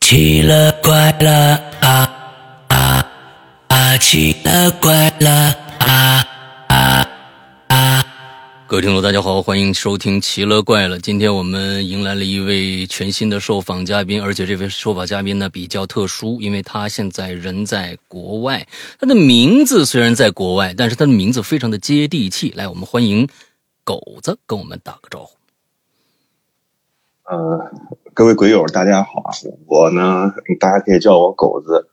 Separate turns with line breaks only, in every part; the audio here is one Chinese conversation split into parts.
奇了怪了啊啊啊！奇了怪了啊啊啊！
各位听众，大家好，欢迎收听《奇了怪了》。今天我们迎来了一位全新的受访嘉宾，而且这位受访嘉宾呢比较特殊，因为他现在人在国外。他的名字虽然在国外，但是他的名字非常的接地气。来，我们欢迎狗子跟我们打个招呼。
呃，各位鬼友，大家好啊！我呢，大家可以叫我狗子。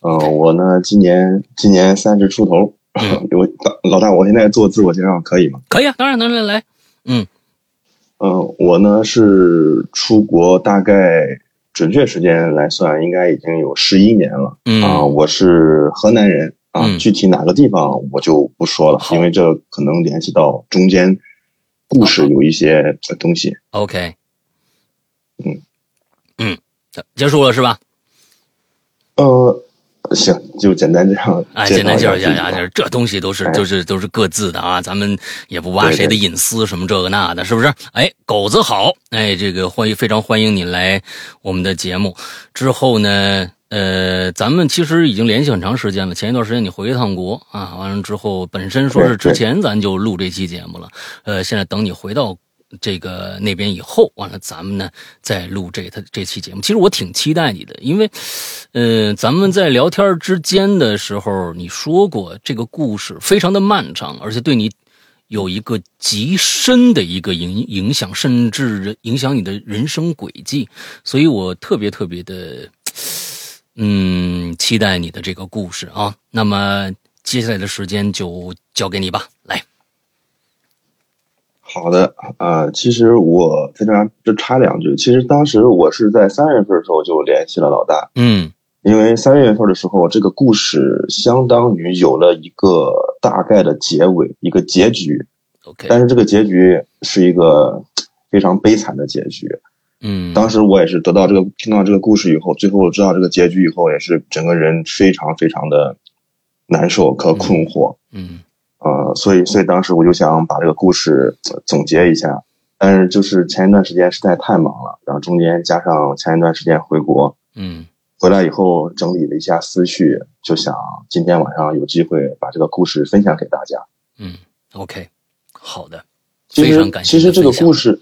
嗯、呃，我呢，今年今年三十出头。
嗯
我大老大，我现在做自我介绍可以吗？
可以啊，当然能来来，嗯
嗯、我呢是出国，大概准确时间来算，应该已经有十一年了
嗯
啊、我是河南人啊、
嗯
具体哪个地方我就不说了，
好
因为这可能联系到中间故事有一些呃东西。
，OK，
嗯
嗯，结束了是吧？
呃，行，就简单这样
哎，
介
简
绍
单
一
介
下
绍
自
一
己
下
吧。
呀，这东西都是
哎
都是都是各自的啊，咱们也不挖
对
谁的
对
隐私什么这个那的，是不是？哎，狗子好，哎，这个欢迎非常欢迎你来我们的节目。之后呢，呃，咱们其实已经联系很长时间了。前一段时间你回一趟国啊，完了之后，本身说是之
对对
前咱就录这期节目了，呃，现在等你回到。这个那边以后，完了咱们呢再录这他这期节目。其实我挺期待你的，因为，呃，咱们在聊天之间的时候，你说过这个故事非常的漫长，而且对你有一个极深的一个影影响，甚至人影响你的人生轨迹。所以我特别特别的，嗯，期待你的这个故事啊。那么接下来的时间就交给你吧，来，
好的，呃，其实我在这儿就插两句。其实当时我是在三月份的时候就联系了老大，
嗯
因为三月份的时候，这个故事相当于有了一个大概的结尾，一个结局。
，OK，
但是这个结局是一个非常悲惨的结局。
嗯，
当时我也是得到这个听到这个故事以后，最后知道这个结局以后，也是整个人非常非常的难受和困惑。
嗯
呃，所以所以当时我就想把这个故事呃总结一下，但是就是前一段时间实在太忙了，然后中间加上前一段时间回国，
嗯
回来以后整理了一下思绪，就想今天晚上有机会把这个故事分享给大家。
嗯，OK，好的，
其
非
实
常感谢
其
你
实
的
这个
分享
故事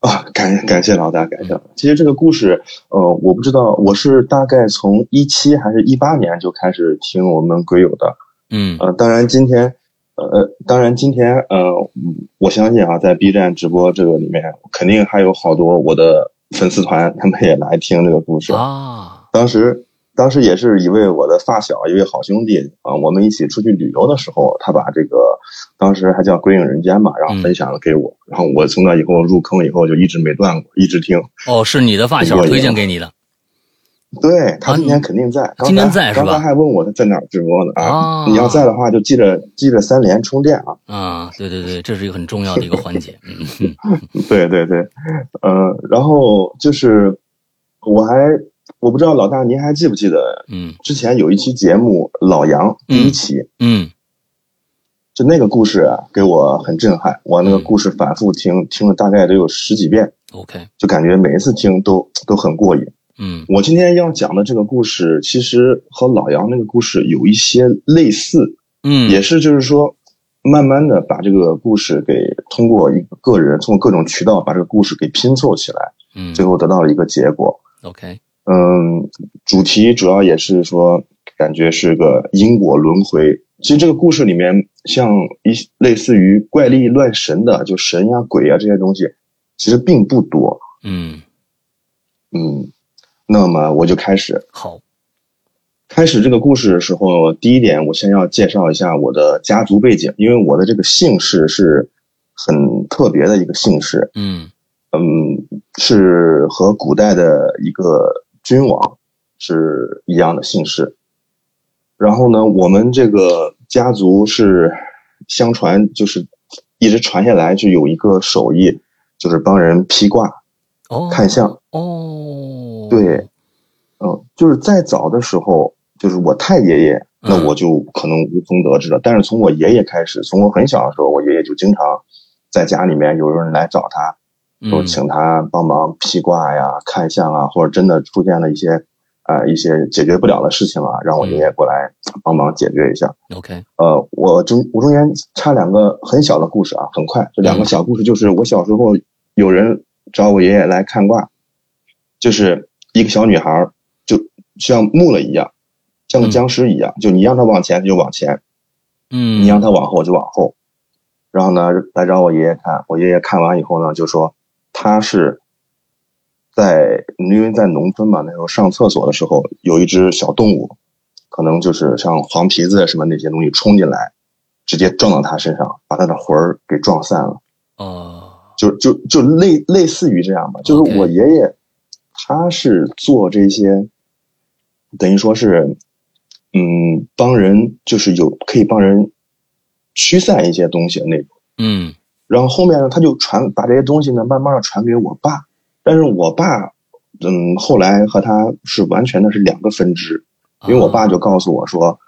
啊，感感谢老大，感谢老大。其实这个故事，呃，我不知道我是大概从一七还是一八年就开始听我们鬼友的，
嗯
呃，当然今天，呃，当然今天，呃，我相信啊，在 B 站直播这个里面，肯定还有好多我的粉丝团，他们也来听这个故事。
啊，
当时，当时也是一位我的发小，一位好兄弟啊、我们一起出去旅游的时候，他把这个当时还叫《归影人间》嘛，然
嗯
后分享了给我，然后我从那以后入坑以后就一直没断过，一直听。
哦，是你的发小推荐给你的
对他
啊
今天肯定在，刚
今天
才
在是吧
刚才还问我他在哪儿直播呢
啊
你要在的话就记着记着三连充电啊。
啊，对对对，这是一个很重要的一个环节，嗯嗯
对对对，呃，然后就是我还我不知道老大您还记不记得
嗯
之前有一期节目老杨第一期，
嗯
就那个故事啊，给我很震撼，我那
嗯
个故事反复听，听了大概得有十几遍，
，OK，
就感觉每一次听都都很过瘾。
嗯
我今天要讲的这个故事，其实和老杨那个故事有一些类似，
嗯，
也是就是说。慢慢的把这个故事给通过一个个人，通过各种渠道把这个故事给拼凑起来，
嗯
最后得到了一个结果。
，OK，
嗯，主题主要也是说，感觉是个因果轮回。其实这个故事里面，像一类似于怪力乱神的，就神呀、鬼呀这些东西，其实并不多。
嗯，
嗯，那么我就开始
好，
开始这个故事的时候，第一点我先要介绍一下我的家族背景，因为我的这个姓氏是很特别的一个姓氏。
嗯
嗯，是和古代的一个君王是一样的姓氏。然后呢，我们这个家族是相传就是一直传下来，就有一个手艺，就是帮人披挂
哦，
看相。
哦，
对，嗯，就是再早的时候，就是我太爷爷，那
嗯
我就可能无从得知了。但是从我爷爷开始，从我很小的时候，我爷爷就经常在家里面有人来找他，
嗯
都请他帮忙披挂呀、看相啊，或者真的出现了一些呃一些解决不了的事情啊，让我爷爷过来帮忙解决一下。
OK，
呃，我中我中间插两个很小的故事啊，很快，这两个小故事就是我小时候有人找我爷爷来看卦，就是一个小女孩儿就像木了一样，像个僵尸一样，就你让她往前她就往前，
嗯，
你让她往后就往后。然后呢，来找我爷爷看，我爷爷看完以后呢，就说他是在因为在农村嘛，那时候上厕所的时候有一只小动物，可能就是像黄皮子什么那些东西冲进来，直接撞到他身上，把他的魂儿给撞散了，
哦，
就就就类类似于这样吧。就是
OK
我爷爷他是做这些，等于说是嗯帮人，就是有可以帮人驱散一些东西的那种。
嗯
然后后面呢，他就传把这些东西呢，慢慢的传给我爸。但是我爸，嗯，后来和他是完全的是两个分支，
啊
因为我爸就告诉我说，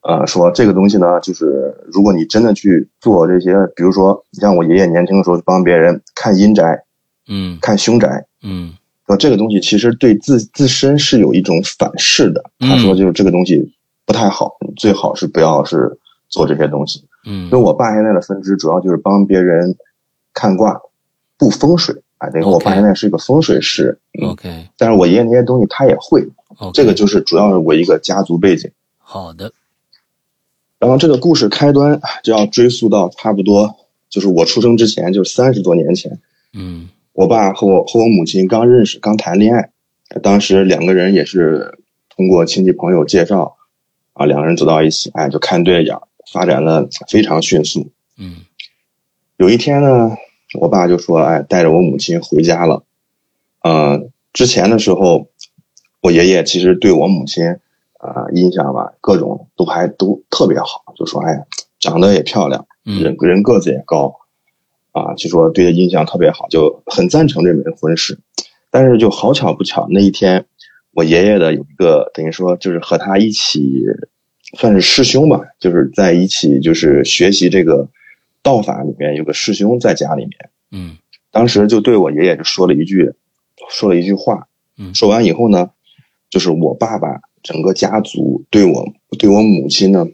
呃，说这个东西呢，就是如果你真的去做这些，比如说你像我爷爷年轻的时候帮别人看阴宅、
嗯
看凶宅，
嗯
说这个东西其实对自自身是有一种反噬的。
嗯
他说就是这个东西不太好，最好是不要是做这些东西。
嗯
所以我爸现在的分支主要就是帮别人看卦，布风水啊。等于说我
OK
爸现在是一个风水师，嗯，
，OK
但是我爷爷那些东西他也会，
OK，
这个就是主要是我一个家族背景。
好的，
然后这个故事开端哎就要追溯到差不多就是我出生之前，就是三十多年前，
嗯
我爸和我和我母亲刚认识，刚谈恋爱，当时两个人也是通过亲戚朋友介绍，啊，两个人走到一起，哎，就看对眼儿，发展的非常迅速。
嗯
有一天呢，我爸就说：“哎，带着我母亲回家了。”呃，之前的时候，我爷爷其实对我母亲啊、呃印象吧，各种都还都特别好，就说：“哎，长得也漂亮，
嗯
人人个子也高，啊，就说对他印象特别好，就很赞成这门婚事。”但是就好巧不巧，那一天我爷爷的有一个等于说就是和他一起算是师兄吧，就是在一起就是学习这个道法里面有个师兄在家里面，
嗯
当时就对我爷爷就说了一句，说了一句话
嗯，
说完以后呢，就是我爸爸整个家族对我对我母亲呢，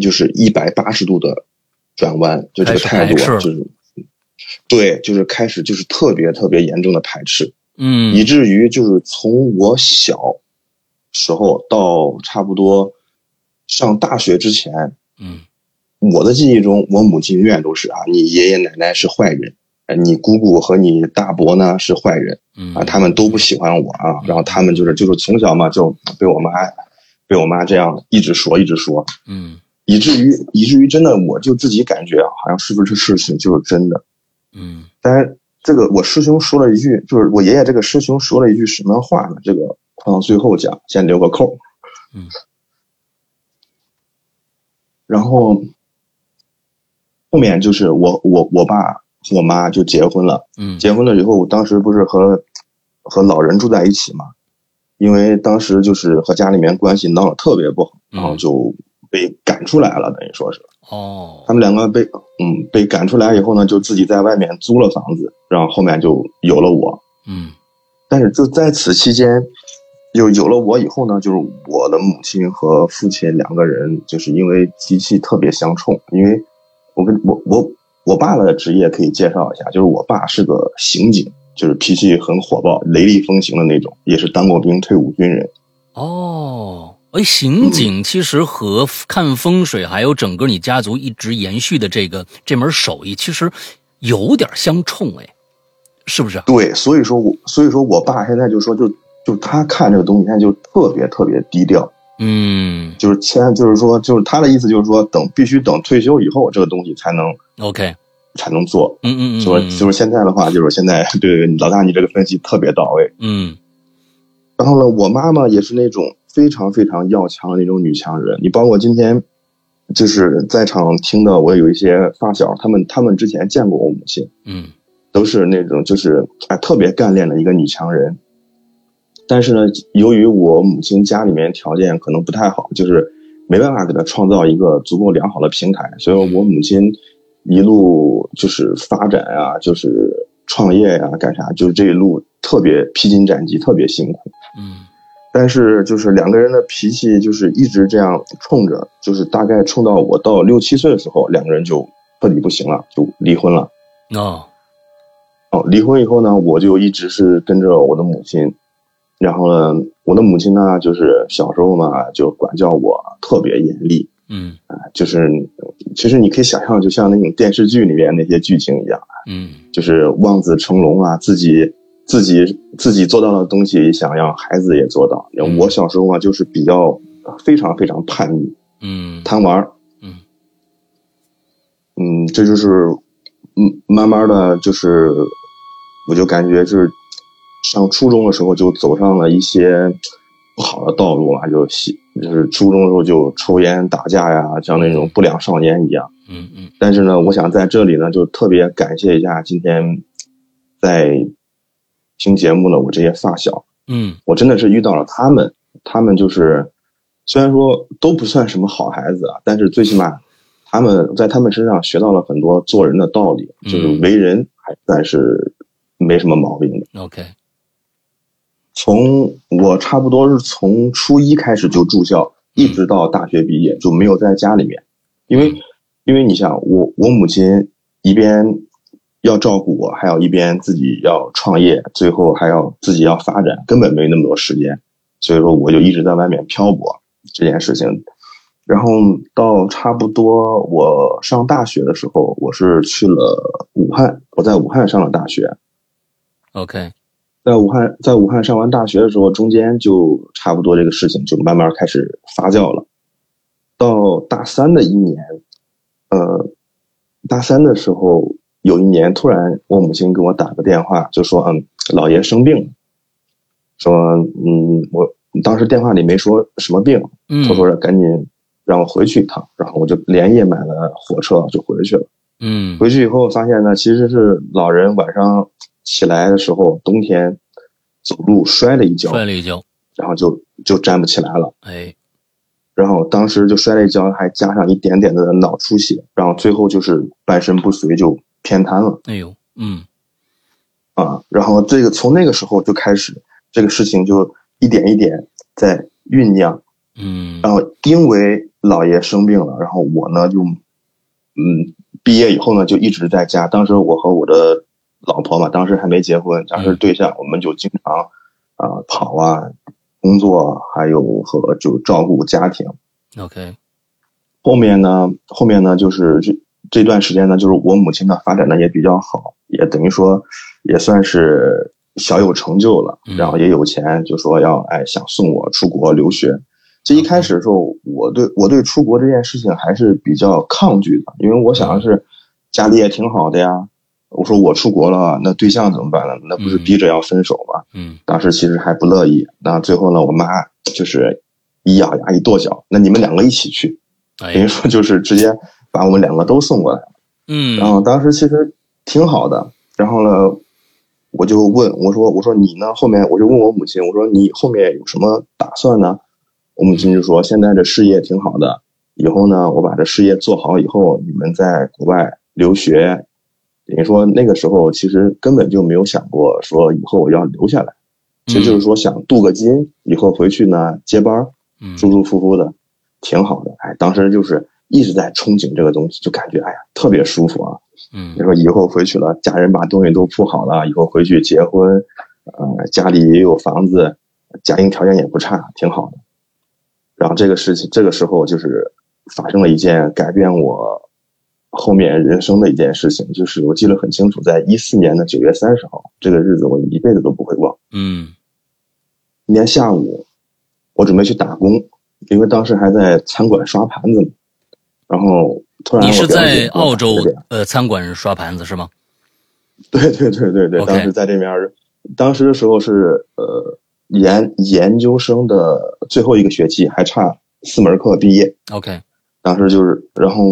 就是一百八十度的转弯，就这个态度
开始排斥
啊
了
就是。对，就是开始就是特别特别严重的排斥，以
嗯
至于就是从我小时候到差不多上大学之前，
嗯
我的记忆中，我母亲永远都是啊，你爷爷奶奶是坏人，呃你姑姑和你大伯呢是坏人
嗯
啊，他们都不喜欢我啊，然后他们就是就是从小嘛就被我妈被我妈这样一直说一直说，
嗯
以至于以至于真的我就自己感觉啊好像是不是这事情就是真的，
嗯
但是这个我师兄说了一句，就是我爷爷这个师兄说了一句什么话呢？这个放到最后讲，先留个扣。
嗯。
然后后面就是我我我爸和我妈就结婚了，
嗯
结婚了以后，我当时不是和和老人住在一起嘛，因为当时就是和家里面关系闹得特别不好，
嗯
然后就被赶出来了，等于说是。
哦
他们两个被嗯被赶出来以后呢，就自己在外面租了房子，然后后面就有了我。
嗯
但是就在此期间，就有了我以后呢，就是我的母亲和父亲两个人，就是因为脾气特别相冲。因为我跟我我我爸的职业可以介绍一下，就是我爸是个刑警，就是脾气很火爆、雷厉风行的那种，也是当过兵、退伍军人。
哦。哎，
嗯
刑警其实和看风水，还有整个你家族一直延续的这个这门手艺，其实有点相冲，哎，是不是啊？
对，所以说我所以说我爸现在就说就就他看这个东西，现在就特别特别低调。
嗯
就是签，就是说，就是他的意思就是说，等必须等退休以后，这个东西才能
，OK，
才能做。
嗯嗯嗯，
就是就是现在的话，就是现在对老大你这个分析特别到位。
嗯
然后呢，我妈妈也是那种非常非常要强的那种女强人。你包括今天就是在场听的，我有一些发小，他们他们之前见过我母亲，
嗯
都是那种就是哎特别干练的一个女强人。但是呢，由于我母亲家里面条件可能不太好，就是没办法给她创造一个足够良好的平台，所以我母亲一路就是发展啊，就是创业呀、干啥，就是这一路特别披荆斩棘，特别辛苦。
嗯
但是就是两个人的脾气就是一直这样冲着，就是大概冲到我到六七岁的时候，两个人就彻底不行了，就离婚了。
哦
哦，离婚以后呢，我就一直是跟着我的母亲，然后呢，我的母亲呢，就是小时候嘛，就管教我特别严厉，
嗯
就是其实你可以想象，就像那种电视剧里面那些剧情一样，
嗯
就是望子成龙啊，自己自己自己做到的东西，想让孩子也做到
嗯。
我小时候啊，就是比较非常非常叛逆，
嗯
贪玩儿
嗯
嗯，这就是，嗯，慢慢的就是，我就感觉是上初中的时候就走上了一些不好的道路嘛，就吸就是初中的时候就抽烟打架呀，像那种不良少年一样。
嗯嗯
但是呢，我想在这里呢，就特别感谢一下今天在听节目的我这些发小，
嗯
我真的是遇到了他们，他们就是虽然说都不算什么好孩子啊，但是最起码他们在他们身上学到了很多做人的道理，
嗯
就是为人还算是没什么毛病的。
，OK，
从我差不多是从初一开始就住校，一直到大学毕业就没有在家里面，因为因为你想我我母亲一边。要照顾我，还有一边自己要创业，最后还要自己要发展，根本没那么多时间。所以说我就一直在外面漂泊这件事情。然后到差不多我上大学的时候，我是去了武汉，我在武汉上了大学。
OK，
在武汉，在武汉上完大学的时候，中间就差不多这个事情就慢慢开始发酵了。到大三的一年，呃，大三的时候有一年，突然我母亲给我打个电话，就说：“嗯，姥爷生病了。”说：“嗯，我当时电话里没说什么病，
嗯，
她说赶紧让我回去一趟。”然后我就连夜买了火车就回去了。
嗯
回去以后发现呢，其实是老人晚上起来的时候，冬天走路摔了一跤，
摔了一跤，
然后就就站不起来了。
哎，
然后当时就摔了一跤，还加上一点点的脑出血，然后最后就是半身不遂，就偏瘫了
哎呦，嗯
啊。然后这个从那个时候就开始，这个事情就一点一点在酝酿。
嗯
然后因为姥爷生病了，然后我呢就，嗯，毕业以后呢就一直在家。当时我和我的老婆嘛，当时还没结婚，当时对象，我们就经常啊、跑啊，工作，啊还有和就照顾家庭。
，OK，
后面呢，后面呢就是这这段时间呢，就是我母亲呢发展的也比较好，也等于说也算是小有成就了
嗯，
然后也有钱，就说要哎想送我出国留学。这一开始的时候，我对我对出国这件事情还是比较抗拒的，因为我想的是家里也挺好的呀。我说我出国了，那对象怎么办呢？那不是
嗯
逼着要分手吗？
嗯
当时其实还不乐意。那最后呢，我妈就是一咬牙一跺脚，那你们两个一起去。
哎
等，于说就是直接把我们两个都送过来。
嗯
然后当时其实挺好的，然后呢，我就问我说我说你呢？后面我就问我母亲我说你后面有什么打算呢？我母亲就说现在这事业挺好的，以后呢我把这事业做好以后，你们在国外留学。等于说那个时候其实根本就没有想过说以后我要留下来，其实就是说想镀个金，以后回去呢接班儿。
嗯
舒舒服服的，挺好的。哎，当时就是一直在憧憬这个东西，就感觉哎呀特别舒服啊。
嗯
你说以后回去了，家人把东西都铺好了，以后回去结婚，呃，家里也有房子，家庭条件也不差，挺好的。然后这个事情，这个时候就是发生了一件改变我后面人生的一件事情，就是我记得很清楚，在一四年的九月三十号，这个日子我一辈子都不会忘。
嗯
那天下午，我准备去打工，因为当时还在餐馆刷盘子嘛。然后突然
你
我
是
表姐
在
给我
澳洲
打了个电话
呃餐馆刷盘子是吗？
对对对对对
OK
当时在这边儿，当时的时候是呃研研究生的最后一个学期，还差四门课毕业。
OK，
当时就是，然后，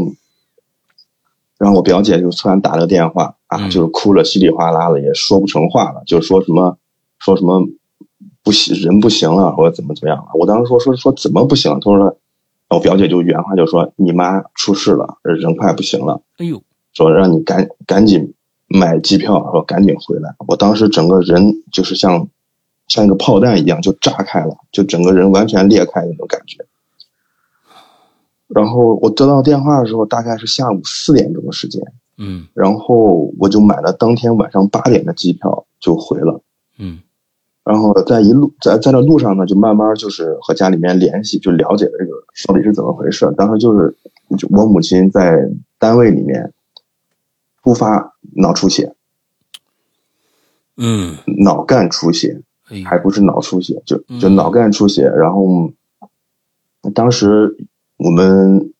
然后我表姐就突然打了个电话啊，
嗯
就是哭了稀里哗啦的，也说不成话了，就说什么说什么不行，人不行了，或者怎么怎么样了。我当时说说说怎么不行？她说，我表姐就原话就说你妈出事了，人快不行了，
哎呦，
说让你赶赶紧买机票，然后赶紧回来。我当时整个人就是像像一个炮弹一样就炸开了，就整个人完全裂开那种感觉。然后我得到电话的时候，大概是下午四点钟的时间，
嗯
然后我就买了当天晚上八点的机票就回了。
嗯
然后在一路在在这路上呢，就慢慢就是和家里面联系，就了解这个到底是怎么回事。当时就是就我母亲在单位里面突发脑出血，
嗯，
脑干出血，
哎呦
还不是脑出血，就
嗯
就脑干出血。然后当时我们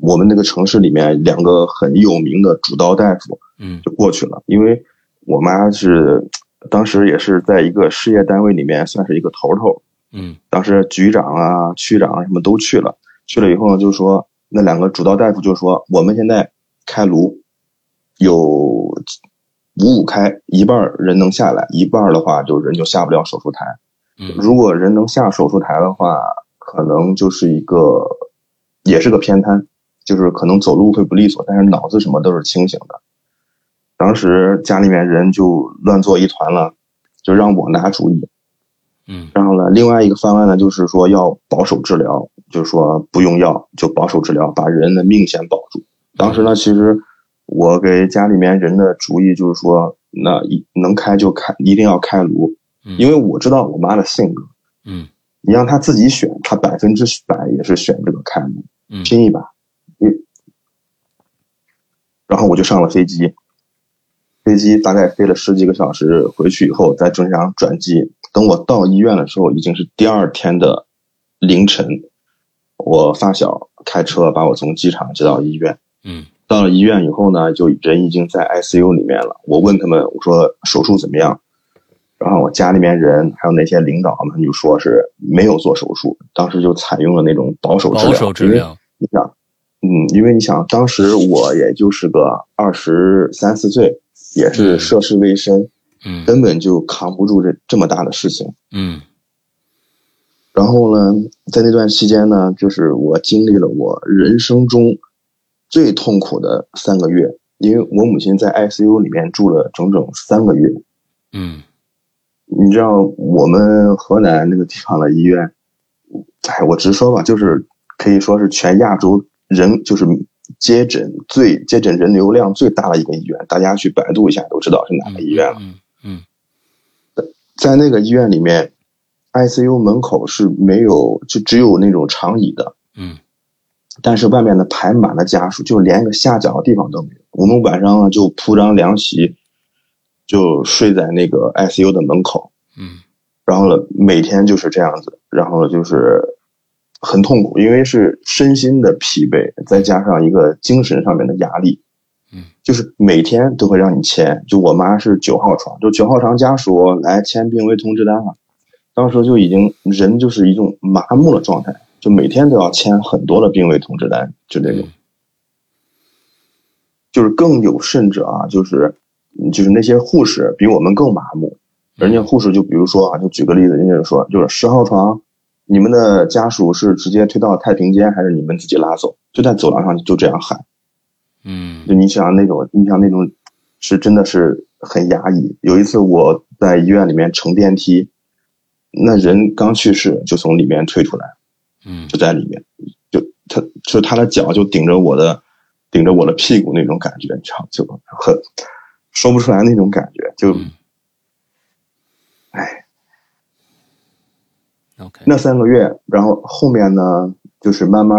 我们那个城市里面两个很有名的主刀大夫，
嗯
就过去了。因为我妈是当时也是在一个事业单位里面算是一个头头，
嗯
当时局长啊、区长啊什么都去了。去了以后呢，就说那两个主刀大夫就说，我们现在开颅有五五开，一半儿人能下来，一半儿的话就人就下不了手术台。
嗯
如果人能下手术台的话，可能就是一个也是个偏瘫，就是可能走路会不利索，但是脑子什么都是清醒的。当时家里面人就乱作一团了，就让我拿主意。
嗯
然后呢，另外一个方案呢，就是说要保守治疗，就是说不用药就保守治疗，把人的命先保住。当时呢，其实我给家里面人的主意就是说，那一能开就开，一定要开颅，
嗯，
因为我知道我妈的性格，
嗯
你让她自己选，她百分之百也是选这个开颅，
嗯
拼一把。嗯，然后我就上了飞机，飞机大概飞了十几个小时，回去以后在中机场转机。等我到医院的时候，已经是第二天的凌晨。我发小开车把我从机场接到医院。
嗯
到了医院以后呢，就人已经在 ICU 里面了。我问他们，我说手术怎么样？然后我家里面人还有那些领导们就说是没有做手术，当时就采用了那种保守治
保
疗。
守治
因为
疗，
你想，嗯，因为你想，当时我也就是个二十三四岁，也是涉世未深，
嗯
根本就扛不住这这么大的事情。
嗯
然后呢，在那段期间呢，就是我经历了我人生中最痛苦的三个月，因为我母亲在 ICU 里面住了整整三个月。
嗯
你知道我们河南那个地方的医院，哎，我直说吧，就是可以说是全亚洲人就是接诊最接诊人流量最大的一个医院，大家去百度一下都知道是哪个医院了。
嗯嗯
在那个医院里面，ICU 门口是没有，就只有那种长椅的，
嗯
但是外面呢排满了家属，就连个下脚的地方都没有。我们晚上呢就铺张凉席，就睡在那个 ICU 的门口。
嗯
然后呢，每天就是这样子，然后就是很痛苦，因为是身心的疲惫，再加上一个精神上面的压力，
嗯，
就是每天都会让你签。就我妈是九号床，就九号床家属来签病危通知单了，当时就已经人就是一种麻木的状态，就每天都要签很多的病危通知单，就这
嗯
种。就是更有甚者啊，就是就是那些护士比我们更麻木，人家护士就比如说啊，就举个例子，人家就说就是十号床，你们的家属是直接推到太平间，还是你们自己拉走？就在走廊上就这样喊，就
嗯
你想那种，你想那种，是真的是很压抑。有一次我在医院里面乘电梯，那人刚去世就从里面推出来，
嗯
就在里面，就他就他的脚就顶着我的顶着我的屁股那种感觉，你知道，就很说不出来那种感觉，就
嗯
哎。
，OK，
那三个月，然后后面呢，就是慢慢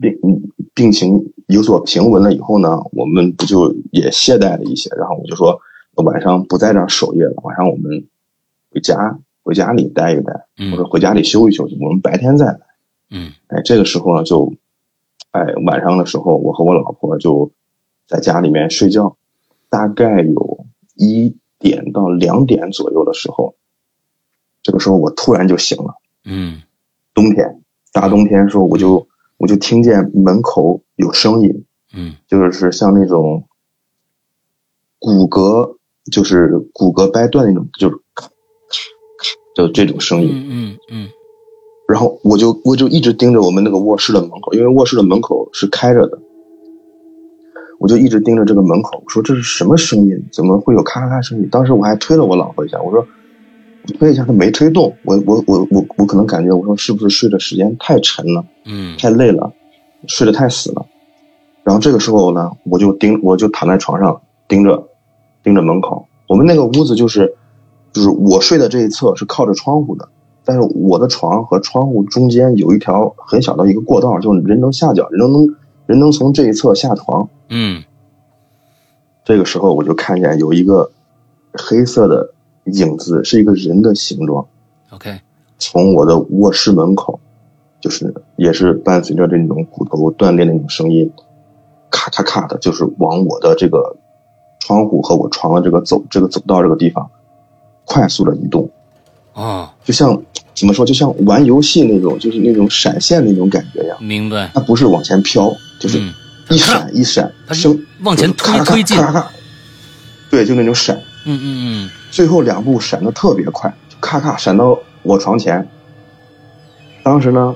病病情有所平稳了以后呢，我们不就也懈怠了一些，然后我就说晚上不在这儿守夜了，晚上我们回家回家里待一待，
嗯
或者回家里休息休息，我们白天再来。
嗯
哎，这个时候呢，就哎晚上的时候，我和我老婆就在家里面睡觉，大概有一点到两点左右的时候，这个时候我突然就醒了。
嗯
冬天，大冬天的时候，我就我就听见门口有声音，
嗯
就是像那种骨骼，就是骨骼掰断那种，就是咔咔咔就这种声音。
嗯嗯
然后我就我就一直盯着我们那个卧室的门口，因为卧室的门口是开着的。我就一直盯着这个门口，我说这是什么声音？怎么会有咔咔咔声音？当时我还推了我老婆一下，我说我推一下，她没推动。我我我我我可能感觉我说是不是睡的时间太沉了，
嗯
太累了，睡得太死了。然后这个时候呢，我就盯，我就躺在床上盯着盯着门口。我们那个屋子就是就是我睡的这一侧是靠着窗户的，但是我的床和窗户中间有一条很小的一个过道，就是人能下脚，人能人能从这一侧下床。
嗯
这个时候我就看见有一个黑色的影子，是一个人的形状，
，OK，
从我的卧室门口，就是也是伴随着这种骨头断裂的那种声音，咔咔咔的，就是往我的这个窗户和我床的这个走这个走道这个地方快速的移动，
哦，
就像怎么说，就像玩游戏那种，就是那种闪现那种感觉一样。
明白，
它不是往前飘，就是
嗯
一闪一闪，
它是
声
往前推
咔咔咔
推进
咔咔咔对，就那种闪。
嗯嗯
最后两步闪得特别快，就咔咔闪到我床前。当时呢，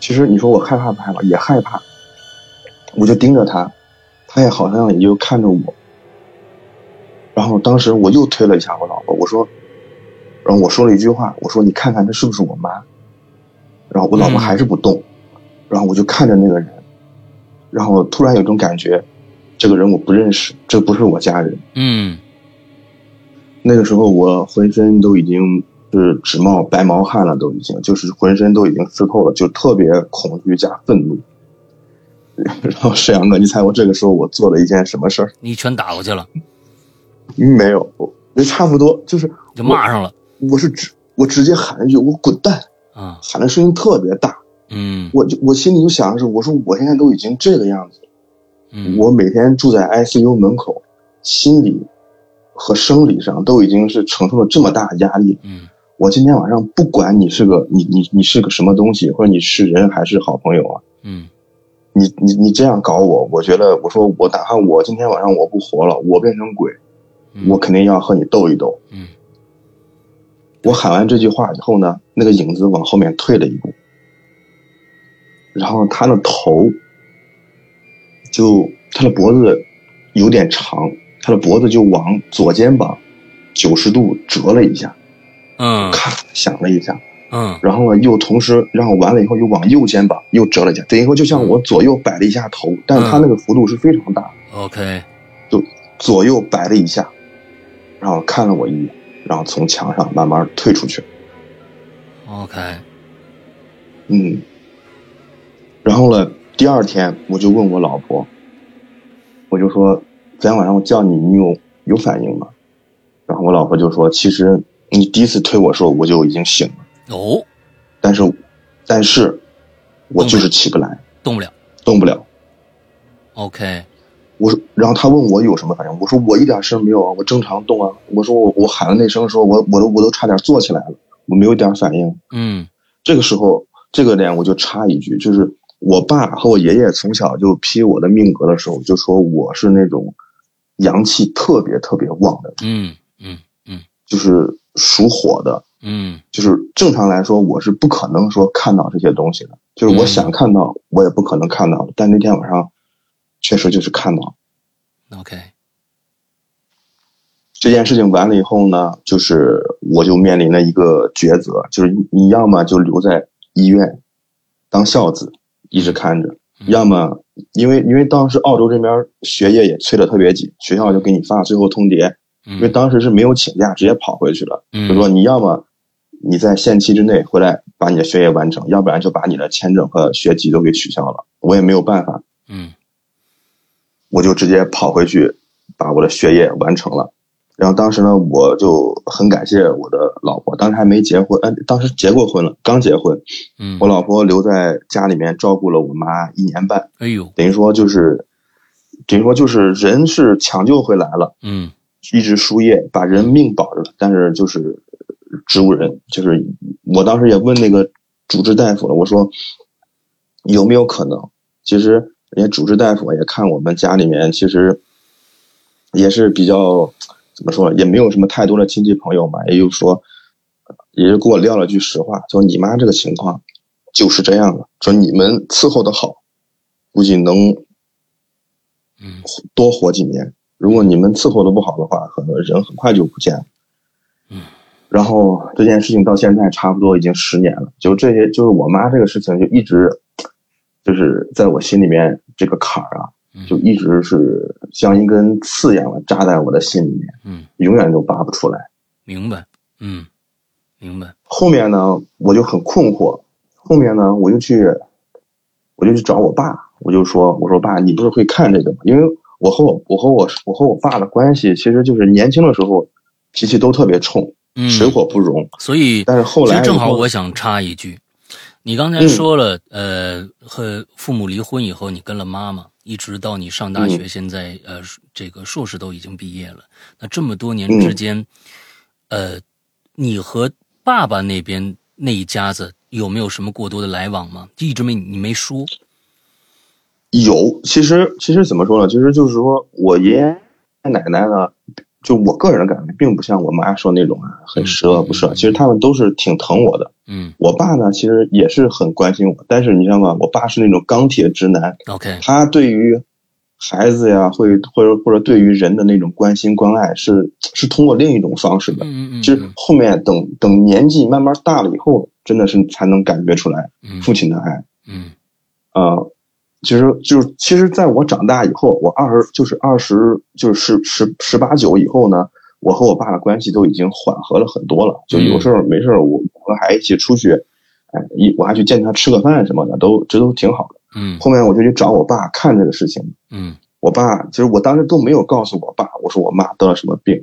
其实你说我害怕不害怕？也害怕。我就盯着他，他也好像也就看着我。然后当时我又推了一下我老婆，我说，然后我说了一句话，我说你看看这是不是我妈？然后我老婆
嗯
还是不动，然后我就看着那个人，然后突然有一种感觉，这个人我不认识，这不是我家人。
嗯
那个时候我浑身都已经是直冒白毛汗了，都已经就是浑身都已经湿透了，就特别恐惧加愤怒。 然后沈阳哥，你猜我这个时候我做了一件什么事儿？
嗯，一拳打过去了，
没有，也差不多，就是
就骂上了
我是直我直接喊一句我滚蛋，
啊，
喊的声音特别大，
嗯
我就我心里就想的是，我说我现在都已经这个样子了。
嗯，
我每天住在 ICU 门口，心理和生理上都已经是承受了这么大的压力。
嗯
我今天晚上不管你是个你你你是个什么东西，或者你是人还是好朋友啊，
嗯
你你你这样搞我，我觉得我说我哪怕我今天晚上我不活了，我变成鬼，
嗯，
我肯定要和你斗一斗。
嗯
我喊完这句话以后呢，那个影子往后面退了一步，然后他的头就他的脖子有点长，他的脖子就往左肩膀九十度折了一下，
嗯
咔响了一下，
嗯
然后呢又同时然后完了以后又往右肩膀又折了一下，等于说就像我左右摆了一下头，但是他那个幅度是非常大的，
，OK，
左右摆了一下，然后看了我一眼，然后从墙上慢慢退出去。
OK，
嗯，然后呢，第二天我就问我老婆，我就说昨天晚上我叫你，你有有反应吗？然后我老婆就说，其实你第一次推我说我就已经醒了，
哦，
但是，但是我就是起不来，
动不了
动不了。
，OK，
我说，然后他问我有什么反应，我说我一点声没有啊，我正常动啊。我说我我喊了那声的时候，我我都我都差点坐起来了，我没有一点反应。
嗯
这个时候，这个点我就插一句，就是我爸和我爷爷从小就批我的命格的时候，就说我是那种阳气特别特别旺的，
嗯嗯嗯
就是属火的，
嗯
就是正常来说我是不可能说看到这些东西的，就是我
嗯
想看到我也不可能看到，但那天晚上确实就是看到了。
，OK，
这件事情完了以后呢，就是我就面临了一个抉择，就是你你要么就留在医院当孝子，一直看着，
嗯
要么因为因为当时澳洲这边学业也催得特别紧，学校就给你发最后通牒，因为
嗯
当时是没有请假，直接跑回去了，就说
嗯
你要么你在限期之内回来把你的学业完成，要不然就把你的签证和学籍都给取消了。我也没有办法，
嗯
我就直接跑回去把我的学业完成了。然后当时呢，我就很感谢我的老婆，当时还没结婚，呃，当时结过婚了，刚结婚。
嗯
我，老婆留在家里面照顾了我妈一年半，
哎呦，
等于说就是，等于说就是人是抢救回来了，
嗯
一直输液，把人命保着了，但是就是植物人，就是我当时也问那个主治大夫了，我说有没有可能？其实人家主治大夫也看我们家里面，其实也是比较怎么说，也没有什么太多的亲戚朋友嘛，也就是说，也就给我撂了句实话，说你妈这个情况就是这样了，说你们伺候的好，估计能
嗯
多活几年。如果你们伺候的不好的话，可能人很快就不见了。
嗯，
然后这件事情到现在差不多已经十年了，就这些，就是我妈这个事情就一直，就是在我心里面这个坎儿啊，
嗯
就一直是像一根刺一样的扎在我的心里面，
嗯，
永远都拔不出来。
明白，嗯，明白，
后面呢，我就很困惑。后面呢，我就去，我就去找我爸，我就说，我说爸，你不是会看这个吗？因为我和我我和我我和我爸的关系，其实就是年轻的时候脾气都特别冲，
嗯，
水火不容。
所以
但是后
其
来
实正好
以后
我想插一句，你刚才
嗯
说了，呃，和父母离婚以后，你跟了妈妈，一直到你上
嗯
大学，现在、呃，这个硕士都已经毕业了。那这么多年
嗯
之间，呃，你和爸爸那边那一家子有没有什么过多的来往吗？一直没你没说，
有，其实其实怎么说呢？其实就是说我爷爷奶奶呢，就我个人的感觉，并不像我妈说那种啊，很十恶不赦。
嗯嗯
其实他们都是挺疼我的。
嗯
我爸呢，其实也是很关心我，但是你知道吗？我爸是那种钢铁直男，
，OK，
他对于孩子呀，或者或者或者对于人的那种关心关爱是是通过另一种方式的。
嗯嗯嗯，
其实后面等等年纪慢慢大了以后，真的是才能感觉出来
嗯
父亲的爱。
嗯
呃，其实就是其实在我长大以后，我二十就是二十就是十十十八九以后呢，我和我爸的关系都已经缓和了很多了。就
嗯
有事儿没事儿，我我们还一起出去，哎，一我还去见他吃个饭什么的，都这都挺好的。
嗯
后面我就去找我爸看这个事情。
嗯
我爸其实我当时都没有告诉我爸，我说我妈得了什么病，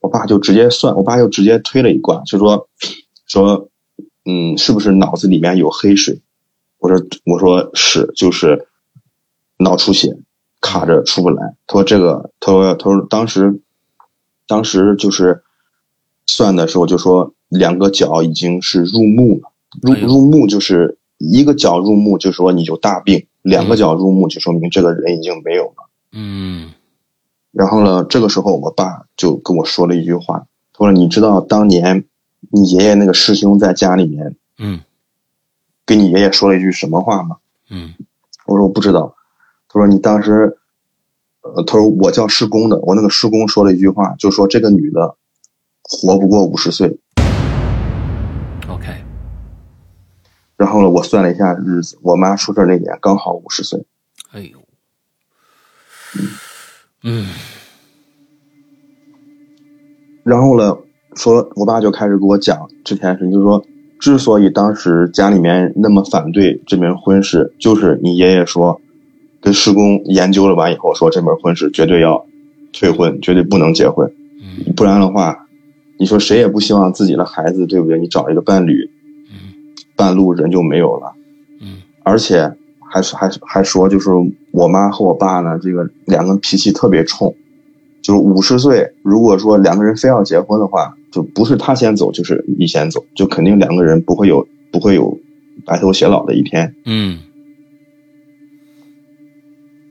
我爸就直接算，我爸就直接推了一卦，就说说，嗯，是不是脑子里面有黑水？我说我说是，就是脑出血卡着出不来。他说这个，他说他说当时当时就是算的时候就说两个脚已经是入木了，入
哎呦
入木就是一个脚入木就说你有大病，两个
嗯
脚入木就说明这个人已经没有了。
嗯
然后呢，这个时候我爸就跟我说了一句话，他说：“你知道当年你爷爷那个师兄在家里面
嗯
跟你爷爷说了一句什么话吗
嗯？”
我说：“我不知道。”他说：“你当时，呃，他说我叫师公的，我那个师公说了一句话，就说这个女的活不过五十岁。
，OK，
然后呢，我算了一下日子，我妈出事那年刚好五十岁。
哎呦，嗯。
然后呢，说我爸就开始给我讲之前的事情，就是说，之所以当时家里面那么反对这门婚事，就是你爷爷说，跟师公研究了完以后，说这门婚事绝对要退婚，绝对不能结婚，
嗯
不然的话，你说谁也不希望自己的孩子，对不对？你找一个伴侣，
嗯
半路人就没有了，
嗯
而且还是还是还说，就是我妈和我爸呢，这个两个脾气特别冲，就是五十岁，如果说两个人非要结婚的话，就不是他先走，就是你先走，就肯定两个人不会有不会有白头偕老的一天。
嗯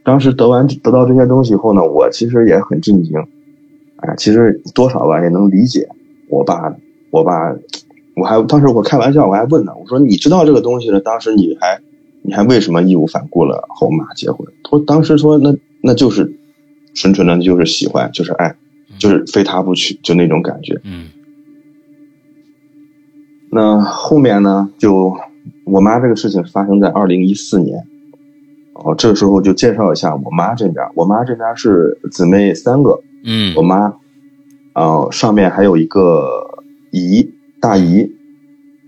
当时得完得到这些东西后呢，我其实也很震惊，哎，其实多少吧也能理解我爸，我爸，我还当时我开玩笑我还问他，我说你知道这个东西了，当时你还你还为什么义无反顾了和我妈结婚？他说当时说那那就是纯纯的就是喜欢，就是爱，就是非他不娶，就那种感觉。
嗯
那后面呢，就我妈这个事情发生在二零一四年。哦，这个时候就介绍一下我妈这边儿。我妈这边儿是姊妹三个，
嗯
我妈，呃，上面还有一个姨，大姨，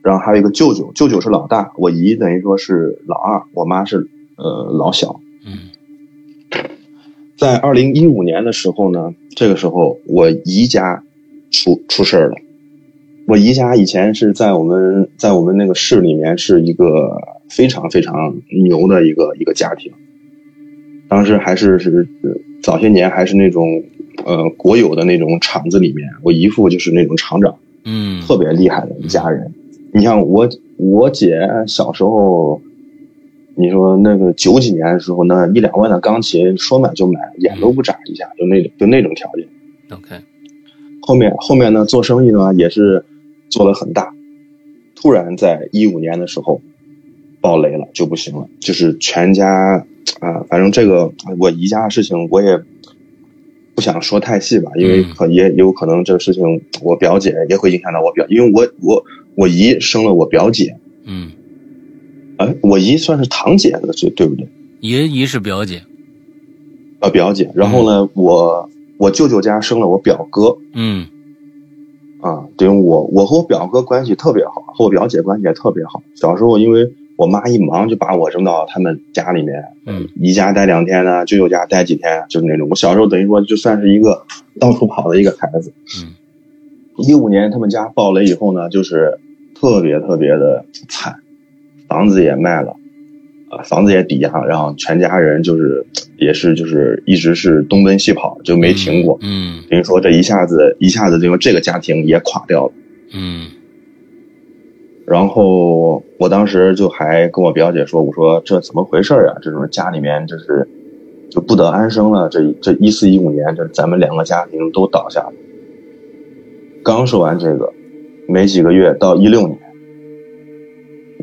然后还有一个舅舅，舅舅是老大，我姨等于说是老二，我妈是呃老小。
嗯
在二零一五年的时候呢，这个时候我姨家出出事儿了。我姨家以前是在我们在我们那个市里面是一个非常非常牛的一个一个家庭，当时还是是呃早些年还是那种呃国有的那种厂子里面，我姨父就是那种厂长。
嗯，
特别厉害的一家人。你像我，我姐小时候，你说那个九几年的时候，那一两万的钢琴说买就买，眼都不眨一下，就那种就那种条件。
OK，
后面后面呢，做生意呢也是做了很大，突然在一五年的时候爆雷了，就不行了，就是全家啊、反正这个我姨家的事情我也不想说太细吧，因为
嗯
可也有可能这个事情我表姐也会影响到我表，因为我我我姨生了我表姐，
嗯，
哎，我姨算是堂姐的，对对不对？
爷姨是表姐，
啊，表姐。然后呢，我我舅舅家生了我表哥
嗯
啊，对我我和我表哥关系特别好，和我表姐关系也特别好。小时候因为我妈一忙就把我扔到他们家里面，
嗯
姨家待两天呢，舅舅家待几天，啊就是那种。我小时候等于说就算是一个到处跑的一个孩子。
嗯
一五年他们家暴雷以后呢，就是特别特别的惨，房子也卖了，啊，房子也抵押了，然后全家人就是也是就是一直是东奔西跑，就没停过。
嗯
等于说这一下子一下子就这个家庭也垮掉了。
嗯
然后我当时就还跟我表姐说：“我说这怎么回事儿啊？这种家里面就是就不得安生了。这这一四一五年，这咱们两个家庭都倒下了。刚说完这个，没几个月到一六年，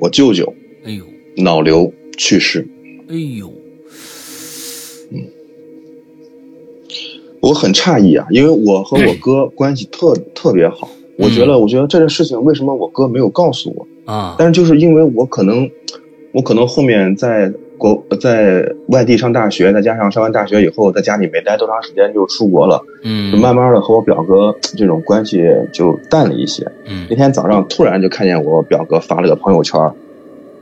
我舅舅
哎呦
脑瘤去世。
哎呦，
我很诧异啊，因为我和我哥关系特特别好，我觉得我觉得这件事情为什么我哥没有告诉我？
啊
但是就是因为我可能，我可能后面在国在外地上大学，再加上上完大学以后，在家里没待多长时间就出国了，
嗯
就慢慢的和我表哥这种关系就淡了一些。
嗯
那天早上突然就看见我表哥发了个朋友圈，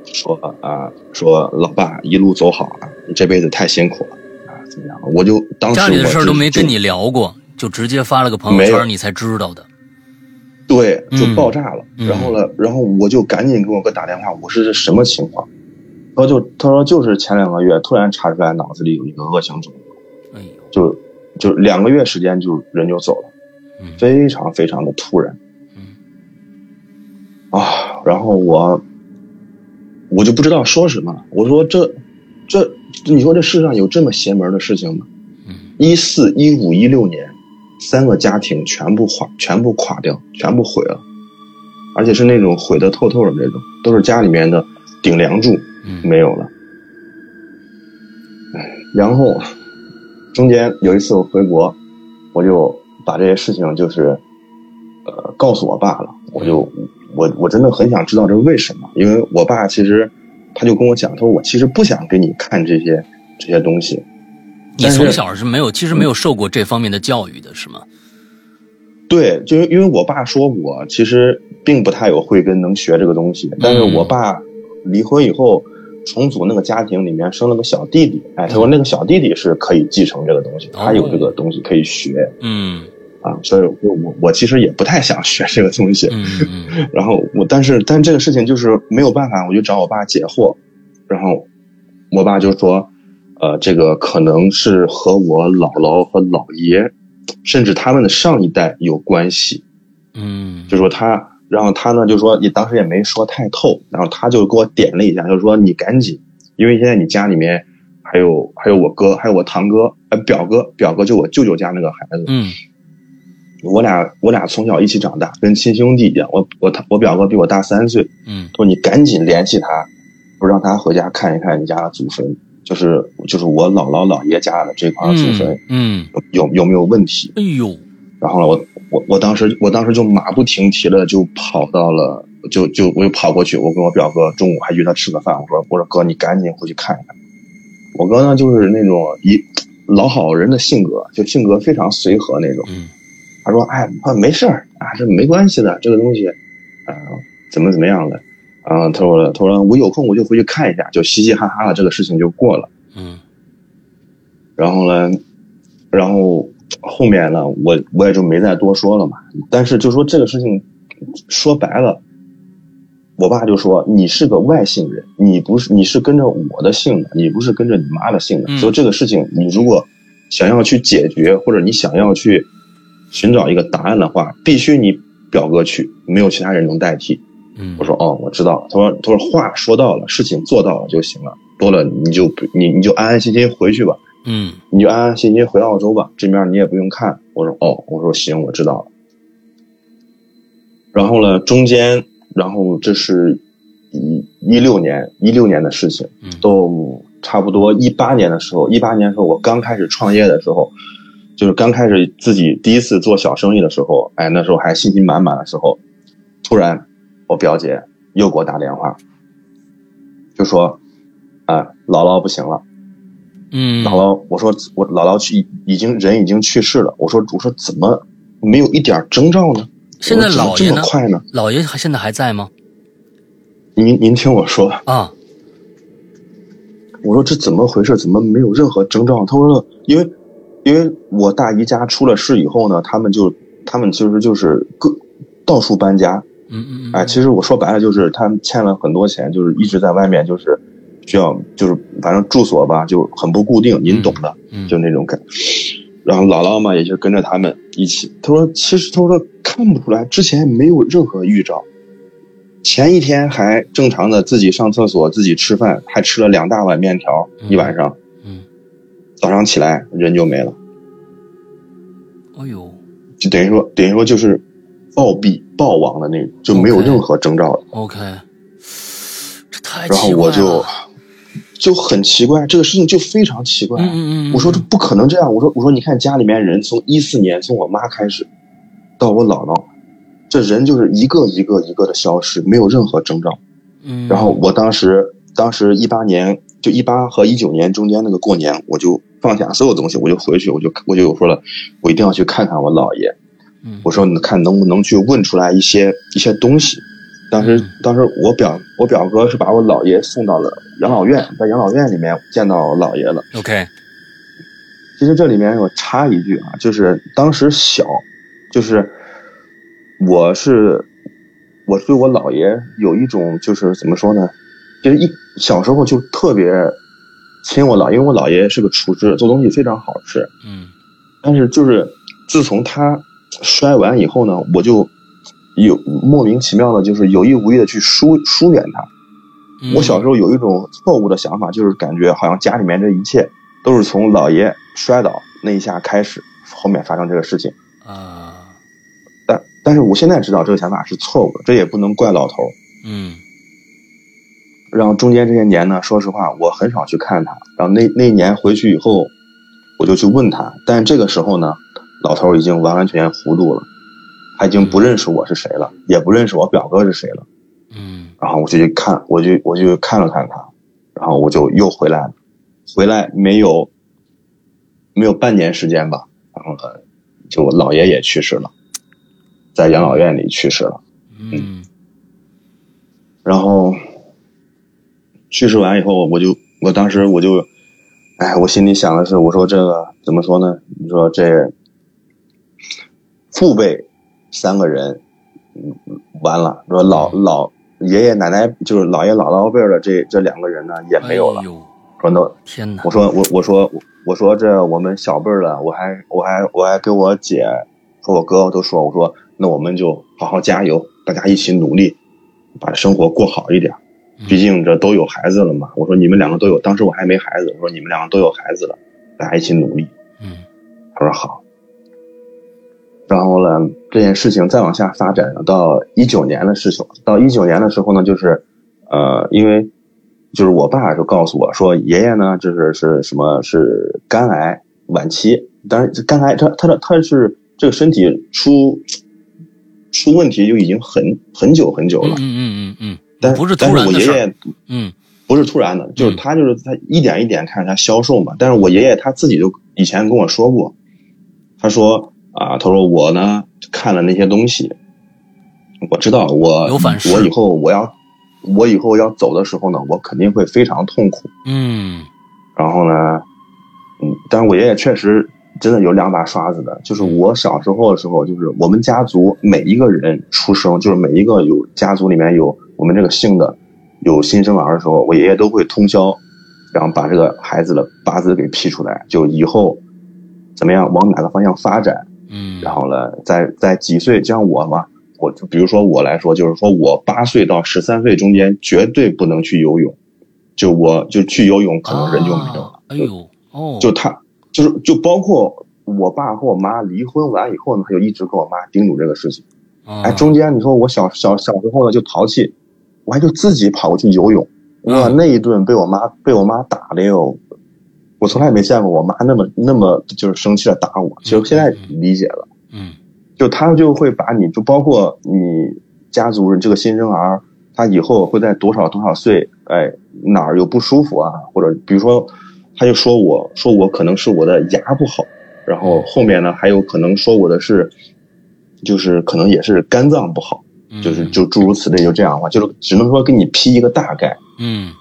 说啊说老爸一路走好啊，你这辈子太辛苦了啊怎么样？我就当时
家里的
我
事儿
就
都没跟
就
你聊过，就直接发了个朋友
没
圈，
有
你才知道的。
对，就
嗯
爆炸了。
嗯
然后呢，然后我就赶紧给我哥打电话，我说这什么情况？他就他说就是前两个月突然查出来脑子里有一个恶性肿瘤，
哎呦，
就就两个月时间就人就走了，
嗯
非常非常的突然
嗯
啊！然后我我就不知道说什么了，我说这这你说这世上有这么邪门的事情吗？
嗯
一四、一五、一六年，三个家庭全部垮，全部垮掉，全部毁了，而且是那种毁得透透的那种，都是家里面的顶梁柱
嗯
没有了。唉然后中间有一次我回国，我就把这些事情就是呃告诉我爸了，我就我我真的很想知道这为什么，因为我爸其实他就跟我讲，他说我其实不想给你看这些这些东西，
你
但是
从小是没有，其实没有受过这方面的教育的，是吗？
对，就因为我爸说我其实并不太有慧根，能学这个东西。但是我爸离婚以后，重组那个家庭里面生了个小弟弟，哎，他说那个小弟弟是可以继承这个东西，他有这个东西可以学
嗯
啊。所以我我我其实也不太想学这个东西。
嗯嗯嗯
然后我，但是但这个事情就是没有办法，我就找我爸解惑，然后我爸就说，呃，这个可能是和我姥姥和姥爷，甚至他们的上一代有关系。
嗯
就说他，然后他呢就说你当时也没说太透，然后他就给我点了一下，就说你赶紧，因为现在你家里面还有还有我哥，还有我堂哥，呃表哥，表哥就我舅舅家那个孩子，
嗯
我俩我俩从小一起长大，跟亲兄弟一样，我我堂我表哥比我大三岁，
嗯
说你赶紧联系他，我让他回家看一看你家的祖坟，就是就是我姥姥姥爷家的这块祖坟、
嗯嗯，
有有有没有问题？
哎呦，
然后呢，我我我当时我当时就马不停蹄的就跑到了，就就我就跑过去，我跟我表哥中午还约他吃个饭，我说我说哥你赶紧回去看一看。我哥呢就是那种一老好人的性格，就性格非常随和那种。
嗯
他说哎啊没事儿啊这没关系的这个东西啊怎么怎么样的啊他说他说我有空我就回去看一下，就嘻嘻哈哈的这个事情就过了。
嗯
然后呢，然后后面呢，我我也就没再多说了嘛。但是就说这个事情，说白了，我爸就说你是个外姓人，你不是你是跟着我的姓的，你不是跟着你妈的姓的。
嗯
所以这个事情，你如果想要去解决，或者你想要去寻找一个答案的话，必须你表哥去，没有其他人能代替。
嗯，
我说哦，我知道了。他说他说话说到了，事情做到了就行了，多了你就不你你就安安心心回去吧。
嗯
你就安安心心回澳洲吧，这面你也不用看。我说哦，我说行，我知道了。然后呢，中间，然后这是一一六年一六年的事情，
嗯
到差不多一八年的时候，一八年的时候我刚开始创业的时候，就是刚开始自己第一次做小生意的时候，哎，那时候还信心满满的时候，突然我表姐又给我打电话，就说：“啊，姥姥不行了，
嗯，
姥姥，我说我姥姥去已经人已经去世了，我说我说怎么没有一点征兆呢？
现在
我说
姥
怎
爷呢
么这么快呢？
姥爷还现在还在吗？
您您听我说，
啊，
我说这怎么回事？怎么没有任何征兆？他说，因为因为我大姨家出了事以后呢，他们就他们其实就是各到处搬家。
嗯嗯嗯，
哎，其实我说白了就是他们欠了很多钱，就是一直在外面，就是需要就是反正住所吧就很不固定，您懂的。
嗯
就那种感。然后姥姥嘛，也就跟着他们一起。他说：“其实他说看不出来，之前没有任何预兆。前一天还正常的自己上厕所、自己吃饭，还吃了两大碗面条
嗯
一晚上。
嗯，
早上起来人就没了，
哎呦
就等于说等于说就是暴毙暴亡的那种，就没有
OK
任何征兆了。
，OK，这太
然后
奇怪啊
我就
了
就很奇怪，这个事情就非常奇怪。啊
嗯嗯嗯，
我说这
嗯
不可能这样。我说我说你看家里面人从一四年从我妈开始，到我姥姥，这人就是一个一个一个的消失，没有任何征兆。
嗯，
然后我当时当时一八年就一八和一九年中间那个过年，我就放下所有东西，我就回去，我就我就说了，我一定要去看看我姥爷。
嗯
我说你看能不能去问出来一些一些东西。当时
嗯
当时我表我表哥是把我姥爷送到了养老院，在养老院里面见到我姥爷了。
OK，
其实这里面我插一句啊，就是当时小，就是我是我对我姥爷有一种就是怎么说呢，就是一小时候就特别亲我姥，因为我姥爷是个厨师，做东西非常好吃。
嗯
但是就是自从他摔完以后呢，我就有莫名其妙的，就是有意无意的去疏疏远他。
嗯，
我小时候有一种错误的想法，就是感觉好像家里面这一切都是从姥爷摔倒那一下开始，后面发生这个事情。
啊，
但但是我现在知道这个想法是错误的，这也不能怪老头儿。
嗯
然后中间这些年呢，说实话，我很少去看他。然后那那一年回去以后，我就去问他，但是这个时候呢，老头儿已经完完全全糊涂了，他已经不认识我是谁了，也不认识我表哥是谁了。
嗯
然后我就去看，我就我就看了看他，然后我就又回来了，回来没有没有半年时间吧，然后呢，就我姥爷也去世了，在养老院里去世了，
嗯
然后去世完以后，我就我当时我就，哎，我心里想的是，我说这个怎么说呢？你说这父辈三个人，嗯，完了，说老老爷爷奶奶就是姥爷姥姥辈儿的这这两个人呢也没有了
哎。呦
说那
天哪
我，说我我说我说这我们小辈儿的，我还我还我还跟我姐和我哥都说，我说那我们就好好加油，大家一起努力，把生活过好一点。
嗯
毕竟这都有孩子了嘛。我说你们两个都有，当时我还没孩子，我说你们两个都有孩子了，大家一起努力。
嗯
他说好。然后呢，这件事情再往下发展到一九年的事情，到一九年的时候呢，就是，呃，因为就是我爸就告诉我说，爷爷呢就是是什么是肝癌晚期，当然这肝癌他他的他是这个身体出出问题就已经很很久很久
嗯
了，
嗯嗯嗯嗯，
但
不是
但
突然
我
的
爷
事
爷
儿，嗯
不是突然的，就是他就是他一点一点看他消瘦嘛。但是我爷爷他自己就以前跟我说过，他说啊，他说我呢看了那些东西，我知道我
有反噬
我以后我要我以后要走的时候呢，我肯定会非常痛苦。
嗯
然后呢，嗯，但是我爷爷确实真的有两把刷子的。就是我小时候的时候，就是我们家族每一个人出生，就是每一个有家族里面有我们这个姓的有新生儿的时候，我爷爷都会通宵，然后把这个孩子的八字给批出来，就以后怎么样往哪个方向发展，
嗯，
然后呢，在在几岁，像我嘛。我就比如说我来说，就是说我八岁到十三岁中间绝对不能去游泳，就我就去游泳可能人就没有了。
啊哎呦哦，
就他就是就包括我爸和我妈离婚完以后呢，他就一直跟我妈叮嘱这个事情。
啊
哎，中间你说我小小小时候呢就淘气，我还就自己跑过去游泳，哇，
啊
那一顿被我妈被我妈打的哟，我从来没见过我妈那么那么就是生气的打我。其实现在理解了，
嗯
就她就会把你就包括你家族人这个新生儿，他以后会在多少多少岁，哎哪儿有不舒服啊，或者比如说，他就说我说我可能是我的牙不好，然后后面呢还有可能说我的是，就是可能也是肝脏不好，
嗯，
就是就诸如此类就这样的话，就是只能说给你批一个大概。
嗯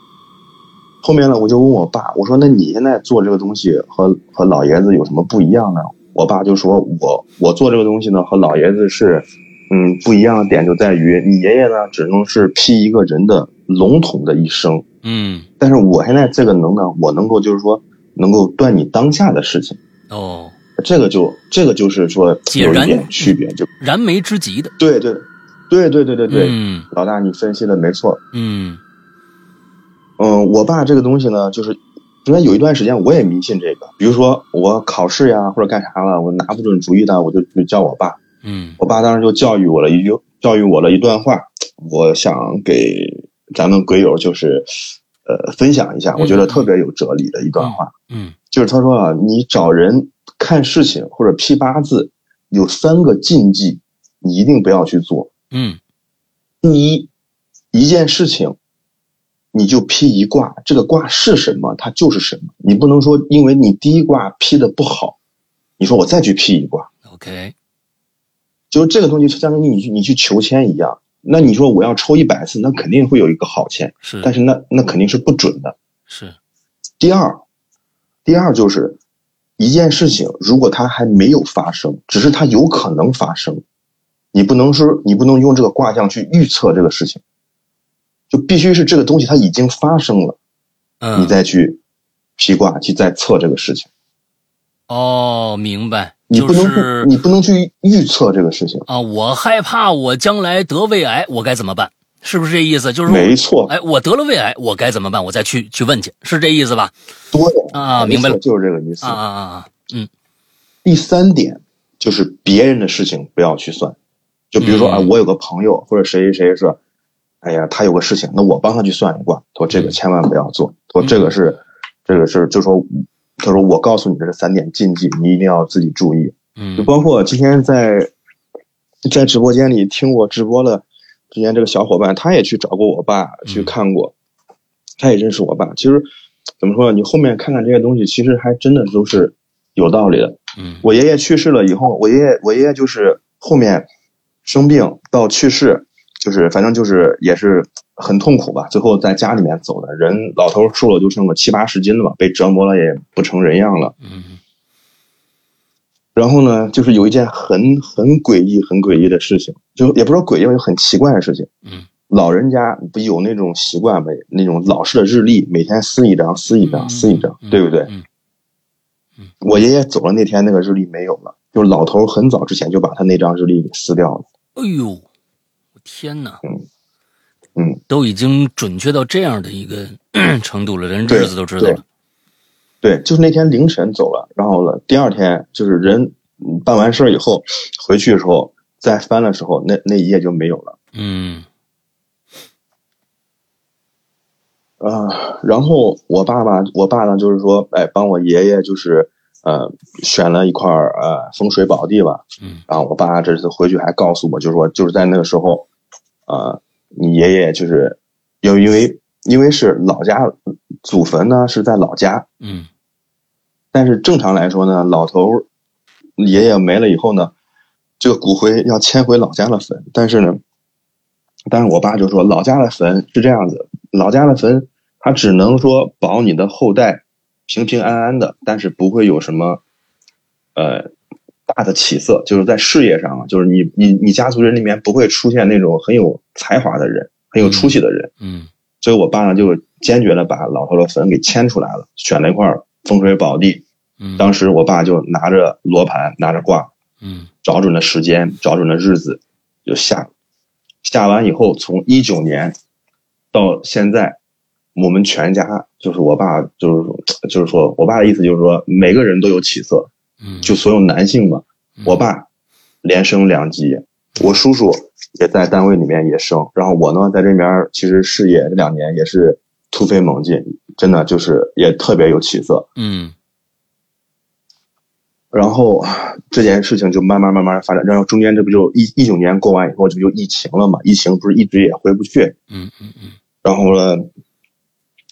后面呢，我就问我爸，我说：“那你现在做这个东西和和老爷子有什么不一样呢？”我爸就说：“我我做这个东西呢，和老爷子是，嗯，不一样的点就在于，你爷爷呢只能是批一个人的笼统的一生，
嗯
但是我现在这个能呢，我能够就是说能够断你当下的事情，
哦，
这个就这个就是说
解
有
然
一点区别，就
燃眉之急的，
对对对对对对对，
嗯
老大你分析的没错，
嗯
嗯，我爸这个东西呢，就是中间有一段时间我也迷信这个，比如说我考试呀或者干啥了，我拿不准主意呢，我就去叫我爸。
嗯
我爸当时就教育我了一句，教育我了一段话，我想给咱们鬼友就是呃分享一下，我觉得特别有哲理的一段话，
嗯
就是他说啊，你找人看事情或者批八字，有三个禁忌，你一定不要去做。
嗯
第一，一件事情，你就批一卦，这个卦是什么，它就是什么。你不能说因为你第一卦批的不好，你说我再去批一卦，
，OK，
就是这个东西就相当于你去你去求签一样。那你说我要抽一百次，那肯定会有一个好签，
是
但是那那肯定是不准的。
是
第二，第二就是一件事情，如果它还没有发生，只是它有可能发生，你不能说你不能用这个卦象去预测这个事情，就必须是这个东西它已经发生了，
嗯，
你再去披卦去再测这个事情，
哦，明白，
你
就
不能不、
是
你不能去预测这个事情，
啊，我害怕我将来得胃癌，我该怎么办？是不是这意思？就是
没错，
哎，我得了胃癌，我该怎么办？我再去去问去，是这意思吧？
对
啊，
没
明白
错
了，
就是这个意思。
啊啊啊啊，嗯
第三点就是别人的事情不要去算，就比如说
嗯
啊，我有个朋友或者谁谁谁说，哎呀，他有个事情，那我帮他去算一卦，说这
嗯
个千万不要做，说这个是，这个是，就说，他说我告诉你的这三点禁忌，你一定要自己注意，就
嗯
包括今天在在直播间里听我直播的之前这个小伙伴，他也去找过我爸
嗯
去看过，他也认识我爸。其实怎么说呢，你后面看看这些东西，其实还真的都是有道理的。
嗯
我爷爷去世了以后，我爷爷我爷爷就是后面生病到去世，就是反正就是也是很痛苦吧。最后在家里面走的人，老头儿瘦了就剩个七八十斤了吧，被折磨了也不成人样了。
嗯
然后呢，就是有一件很很诡异、很诡异的事情，就也不是说诡异吧，就很奇怪的事情。
嗯，
老人家不有那种习惯呗，那种老式的日历，每天撕一张、撕一张、
嗯
撕一张，
嗯
对不对？
嗯
我爷爷走了那天，那个日历没有了，就老头很早之前就把他那张日历给撕掉了。
哎呦，我天哪！
嗯嗯，
都已经准确到这样的一个 程度了，连日子都知道了。
对，就是那天凌晨走了，然后呢，第二天就是人嗯办完事儿以后回去的时候再翻的时候，那那一页就没有了。
嗯
啊，然后我爸爸，我爸呢，就是说，哎，帮我爷爷就是呃选了一块儿呃风水宝地吧。
嗯
然后我爸这次回去还告诉我，就是说，就是在那个时候，呃，你爷爷就是又因为因为是老家祖坟呢是在老家，
嗯
但是正常来说呢，老头儿爷爷没了以后呢，这个骨灰要迁回老家的坟。但是呢，但是我爸就说，老家的坟是这样子，老家的坟它只能说保你的后代平平安安的，但是不会有什么呃大的起色，就是在事业上啊，就是你你你家族人里面不会出现那种很有才华的人，很有出息的人。
嗯
所以我爸呢就坚决的把老头的坟给迁出来了，选了一块儿风水宝地。
嗯，
当时我爸就拿着罗盘，拿着卦，
嗯
找准了时间，找准了日子，就下。下完以后，从一九年到现在，我们全家就是我爸，就是说就是说我爸的意思就是说，每个人都有起色，
嗯，
就所有男性嘛。
嗯
我爸连升两级，我叔叔也在单位里面也升，然后我呢在这边儿其实事业这两年也是突飞猛进，真的就是也特别有起色。
嗯
然后这件事情就慢慢慢慢发展，然后中间这不就一一九年过完以后，这不就疫情了嘛？疫情不是一直也回不去，
嗯嗯嗯
然后呢，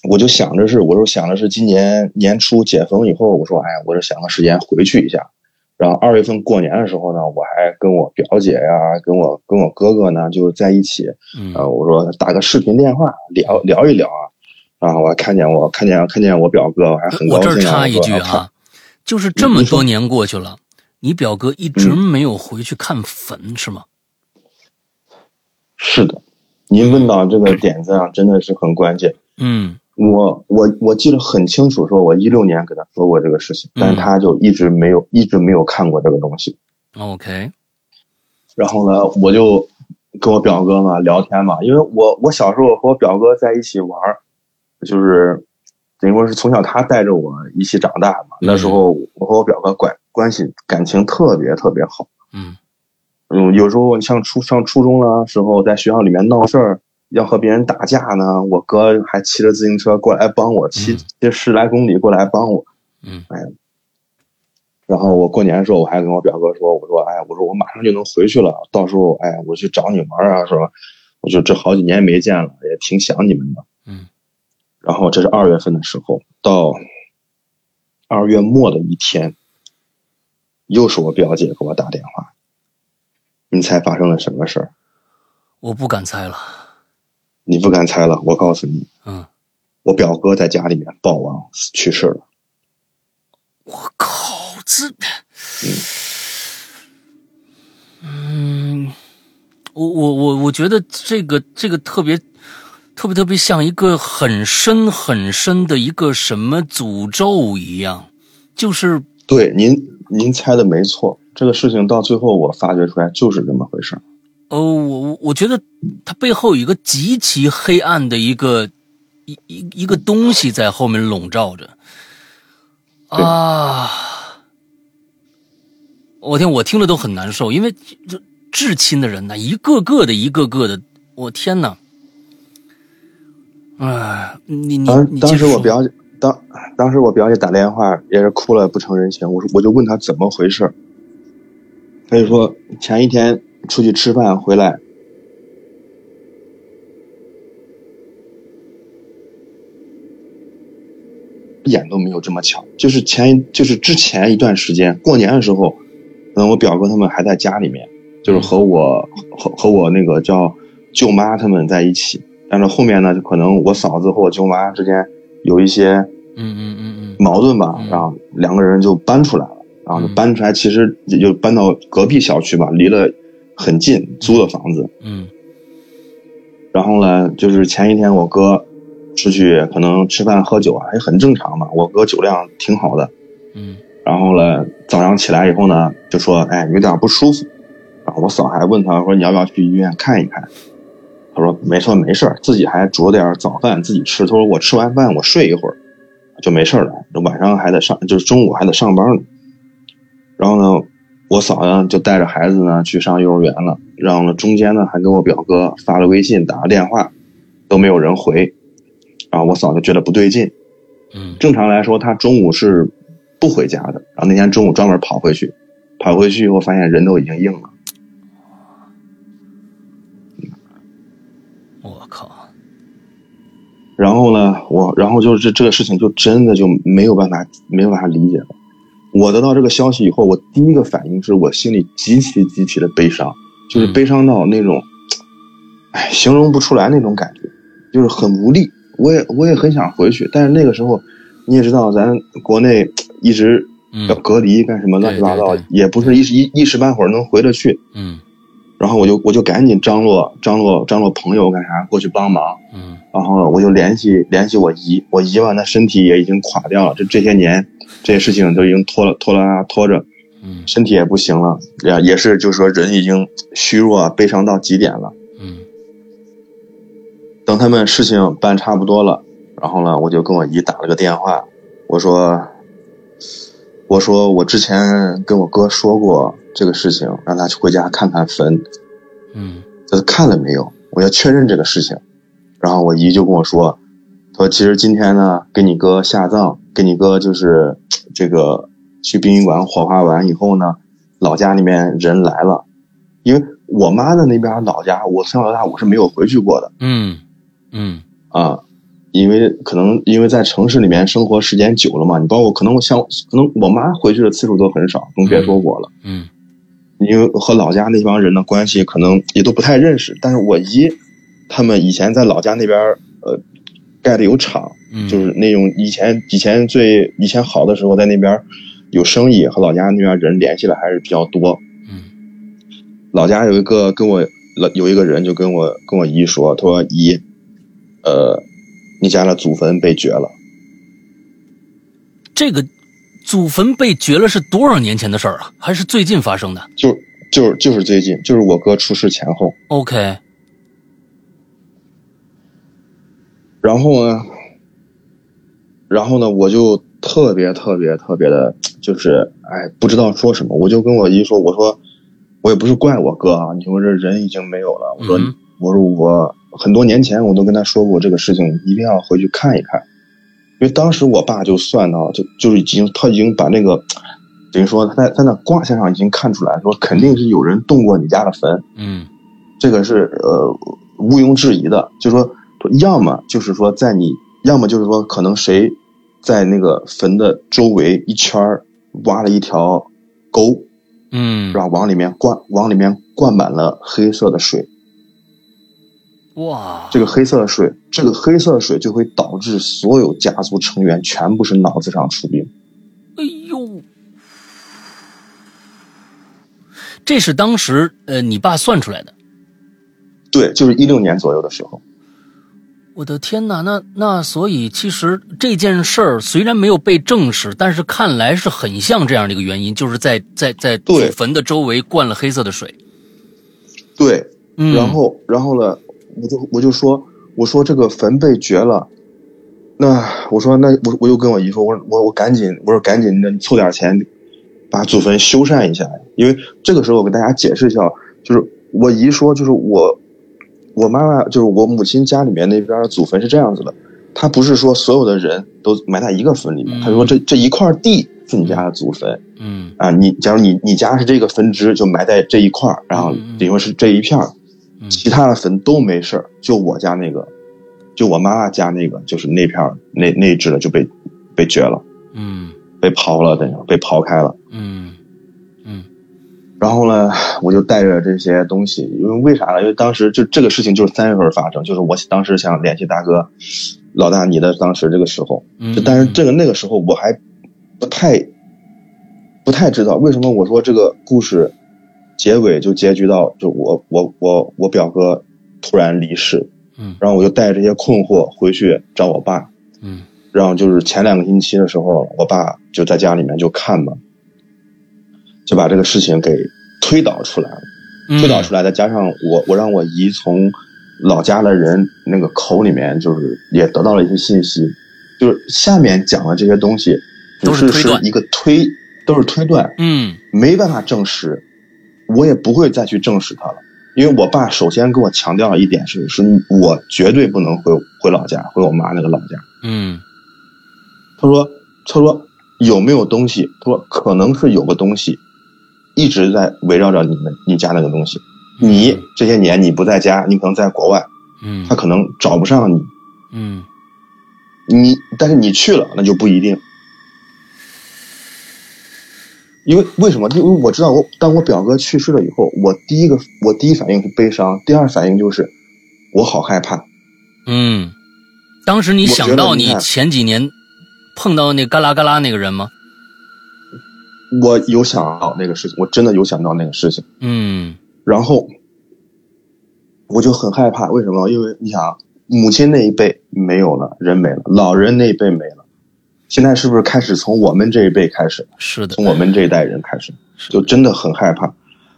我就想着是，我就想着是今年年初解封以后，我说，哎，我就想个时间回去一下。然后二月份过年的时候呢，我还跟我表姐呀、跟我跟我哥哥呢，就是在一起，
嗯
呃，我说打个视频电话聊聊一聊啊。然后我还看见我看见看见我表哥，我还很
我
高
这儿
兴啊。
插一
我
句
说
啊，就是这么多年过去了，你表哥一直
嗯
没有回去看坟是吗？
是的，您问到这个点子上真的是很关键。
嗯
我我我记得很清楚，说我一六年跟他说过这个事情，
嗯
但是他就一直没有一直没有看过这个东西。
，OK，
然后呢，我就跟我表哥嘛聊天嘛，因为我我小时候和我表哥在一起玩儿，就是等于说是从小他带着我一起长大嘛。
嗯
那时候我和我表哥关关系感情特别特别好，
嗯
嗯，有时候像初上初中了时候，在学校里面闹事儿。要和别人打架呢，我哥还骑着自行车过来帮我，骑
嗯
这十来公里过来帮我。哎
嗯
然后我过年的时候，我还跟我表哥说，我说，哎，我说我马上就能回去了，到时候，哎，我去找你玩啊，说，我说这好几年没见了，也挺想你们的。
嗯
然后这是二月份的时候，到二月末的一天，又是我表姐给我打电话，你猜发生了什么事儿？
我不敢猜了。
你不敢猜了，我告诉你，
嗯，
我表哥在家里面暴亡去世了。
我靠，这，嗯，我我我我觉得这个这个特别。特别特别像一个很深很深的一个什么诅咒一样，就是
对，您您猜的没错，这个事情到最后我发掘出来就是这么回事儿。
哦，我我我觉得它背后有一个极其黑暗的一个一一一个东西在后面笼罩着
对
啊！我天，我听了都很难受，因为这至亲的人呐，一个个的，一个个的，我天呐！哎，你你
当
你
当
接
时
着
我
说
表姐当当时我表姐打电话也是哭了不成人形，我说我就问她怎么回事儿，她就说前一天出去吃饭回来，一点都没有这么巧，就是前就是之前一段时间过年的时候，嗯，我表哥他们还在家里面，就是和我和和我那个叫舅妈他们在一起。但是后面呢，就可能我嫂子和我舅妈之间有一些
嗯嗯嗯嗯
矛盾吧
嗯，
然后两个人就搬出来了，然后就
嗯
搬出来，其实也就搬到隔壁小区吧，离得很近，租的房子。
嗯
然后呢，就是前一天我哥出去可能吃饭喝酒啊，也很正常嘛，我哥酒量挺好的。
嗯
然后呢，早上起来以后呢，就说哎有点不舒服，然后我嫂还问他说你要不要去医院看一看，他说没事儿没事儿，自己还煮点早饭自己吃，他说我吃完饭我睡一会儿就没事儿了，晚上还得上就是中午还得上班呢。然后呢，我嫂呢就带着孩子呢去上幼儿园了，然后呢中间呢还跟我表哥发了微信打了电话，都没有人回，然后我嫂就觉得不对劲，
嗯
正常来说，他中午是不回家的，然后那天中午专门跑回去，跑回去以后发现人都已经硬了。
嗯，我靠，
然后呢，我然后就是这这个事情就真的就没有办法没有办法理解了。我得到这个消息以后，我第一个反应是我心里极其极其的悲伤，就是悲伤到那种，哎，形容不出来那种感觉，就是很无力。我也我也很想回去，但是那个时候，你也知道，咱国内一直
嗯
要隔离干什么乱七八糟
对对对，
也不是一时一一时半会儿能回得去。
嗯
然后我就我就赶紧张罗张罗张罗朋友干啥过去帮忙，
嗯
然后我就联系联系我姨，我姨吧，那身体也已经垮掉了，这这些年这些事情都已经拖了拖拉拉拖着，
嗯
身体也不行了，也也是就是说人已经虚弱啊悲伤到极点了。
嗯
等他们事情办差不多了，然后呢，我就跟我姨打了个电话，我说，我说我之前跟我哥说过这个事情，让他去回家看看坟，
嗯
他说看了没有？我要确认这个事情。然后我姨就跟我说，说其实今天呢，给你哥下葬，给你哥就是这个去殡仪馆火化完以后呢，老家那边人来了，因为我妈的那边老家，我从小到大我是没有回去过的
嗯嗯
啊，因为可能因为在城市里面生活时间久了嘛，你包括可能我像可能我妈回去的次数都很少，更别说我了。
嗯
因为和老家那帮人的关系可能也都不太认识，但是我姨他们以前在老家那边儿呃盖的有厂，
嗯，
就是那种以前以前最以前好的时候在那边儿有生意，和老家那边人联系的还是比较多。
嗯
老家有一个跟我老有一个人就跟我跟我姨说，他说姨，呃，你家的祖坟被掘了，
这个祖坟被掘了是多少年前的事儿啊？还是最近发生的
就就是就是最近，就是我哥出事前后。
？OK，
然后呢，然后呢，我就特别特别特别的，就是哎，不知道说什么，我就跟我姨说，我说我也不是怪我哥啊，你说这人已经没有了，我说、
嗯
我说我很多年前我都跟他说过这个事情，一定要回去看一看，因为当时我爸就算到，就就是已经他已经把那个。等于说他在他在卦象上已经看出来说，肯定是有人动过你家的坟，
嗯
这个是呃毋庸置疑的，就是说，要么就是说在你，要么就是说可能谁在那个坟的周围一圈儿挖了一条沟，
嗯，
然后往里面灌，往里面灌满了黑色的水。
哇，
这个黑色的水，这个黑色的水就会导致所有家族成员全部是脑子上出病。
哎呦，这是当时呃你爸算出来的。
对，就是一六年左右的时候，
我的天呐，那那所以其实这件事儿虽然没有被证实，但是看来是很像这样的一个原因，就是在在在祖
对
坟的周围灌了黑色的水。
对，
嗯，
然后，然后呢，我就我就说，我说这个坟被掘了，那我说那我我就跟我姨说，我说我我赶紧，我说赶紧的，你凑点钱，把祖坟修缮一下，因为这个时候我给大家解释一下，就是我姨说，就是我我妈妈就是我母亲家里面那边的祖坟是这样子的，她不是说所有的人都埋在一个坟里面，
嗯
她说这这一块地是你家的祖坟，
嗯
啊，你假如你你家是这个分支，就埋在这一块儿，然后
嗯嗯
等于说是这一片儿，
嗯
其他的坟都没事儿，就我家那个，就我妈妈家那个，就是那片儿那那一支的就被被掘了，
嗯
被刨了，等于说被刨开了。
嗯嗯
然后呢，我就带着这些东西，因为为啥呢？因为当时就这个事情就是三月份发生，就是我当时想联系大哥，老大你的当时这个时候，
嗯，
就但是这个那个时候我还不太不太知道为什么我说这个故事结尾就结局到就我我我我表哥突然离世，
嗯
然后我就带着这些困惑回去找我爸，
嗯
然后就是前两个星期的时候，我爸就在家里面就看嘛，就把这个事情给推导出来了。
嗯
推导出来，再加上我我让我姨从老家的人那个口里面，就是也得到了一些信息，就是下面讲的这些东西
都
只
是
是
推
是
断
一个推，都是推断，
嗯
没办法证实，我也不会再去证实它了。因为我爸首先跟我强调了一点是，是我绝对不能回回老家，回我妈那个老家。
嗯
他说，他说有没有东西？他说可能是有个东西，一直在围绕着你们你家那个东西。你这些年你不在家，你可能在国外，
嗯
他可能找不上你。
嗯
你但是你去了，那就不一定。因为为什么？因为我知道我当我表哥去世了以后，我第一个我第一反应是悲伤，第二反应就是我好害怕。
嗯，当时你
我觉
想
得
到
你
你
看
前几年碰到那嘎啦嘎啦那个人吗？
我有想到那个事情，我真的有想到那个事情。
嗯
然后我就很害怕，为什么？因为你想啊，母亲那一辈没有了，人没了，老人那一辈没了，现在是不是开始从我们这一辈开始，
是的，
从我们这一代人开始，
是
就真的很害怕。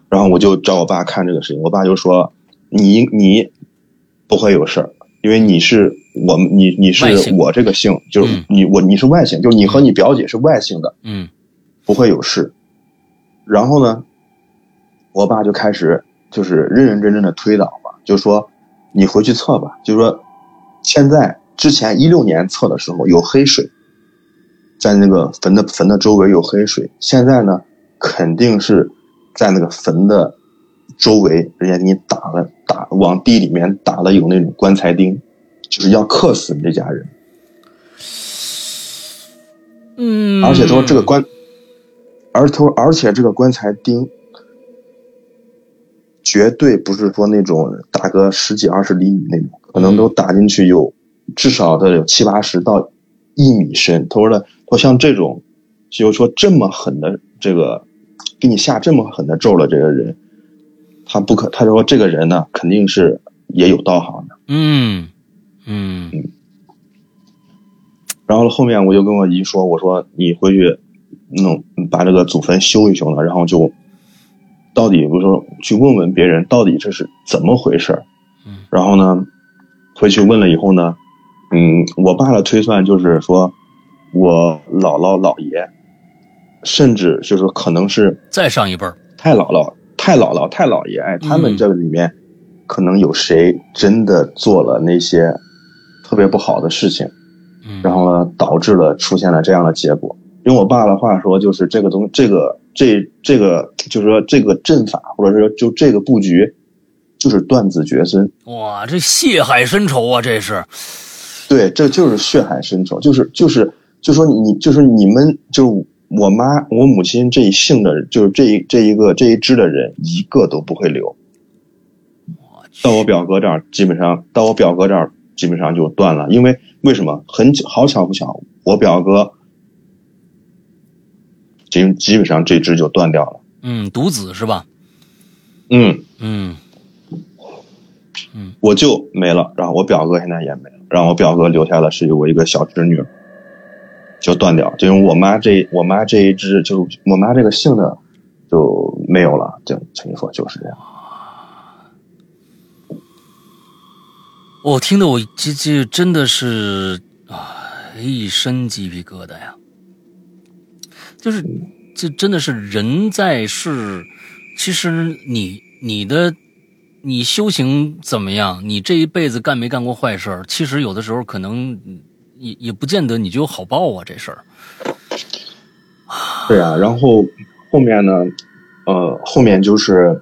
然后我就找我爸看这个事情，我爸就说：“你你不会有事儿，因为你是我们你你
外
是
姓
我这个姓，就是
嗯
你、我你是外姓，就是你和你表姐是外姓的，
嗯
不会有事。然后呢，我爸就开始就是认认真真的推导嘛，就说你回去测吧，就说现在之前一六年测的时候有黑水，在那个坟的坟的周围有黑水，现在呢肯定是在那个坟的周围，人家给你打了打往地里面打了有那种棺材钉，就是要克死你这家人，
嗯，
而且说这个棺，而头而且这个棺材钉。绝对不是说那种打个十几二十厘米那种，可能都打进去有至少的有七八十到一米深。他说的，他说像这种，就是说这么狠的这个，给你下这么狠的咒了，这个人，他不可，他说这个人呢，肯定是也有道行的。
嗯嗯
然后后面我就跟我姨说，我说你回去弄把这个祖坟修一修呢，然后就到底不是说去问问别人到底这是怎么回事儿
嗯
然后呢，回去问了以后呢，嗯，我爸的推算就是说，我姥姥姥爷，甚至就是说可能是
再上一辈儿，
太姥姥、太姥姥、太姥爷，哎，他们这里面可能有谁真的做了那些特别不好的事情。
嗯，
然后呢，导致了出现了这样的结果。用我爸的话说，就是这个东，这个这这个，就是说这个阵法，或者是就这个布局，就是断子绝孙。
哇，这血海深仇啊，这是，
对，这就是血海深仇，就是就是就说你就是你们就是我妈我母亲这一姓的，就是这一这一个这一支的人，一个都不会留。
我去
到我表哥这儿，基本上到我表哥这儿基本上就断了，因为为什么？很巧好巧不巧，我表哥基基本上这只就断掉了。
嗯，独子是吧？
嗯，
嗯
我舅没了，然后我表哥现在也没了，然后我表哥留下的是我一个小侄女，就断掉，就因为我妈这我妈这一支就我妈这个姓的就没有了，就等于说就是这样。
我、听得我这这真的是啊，一身鸡皮疙瘩呀！就是这真的是人在世，其实你你的你修行怎么样，你这一辈子干没干过坏事儿，其实有的时候可能也也不见得你就有好报啊，这事儿。
对啊，然后后面呢，呃，后面就是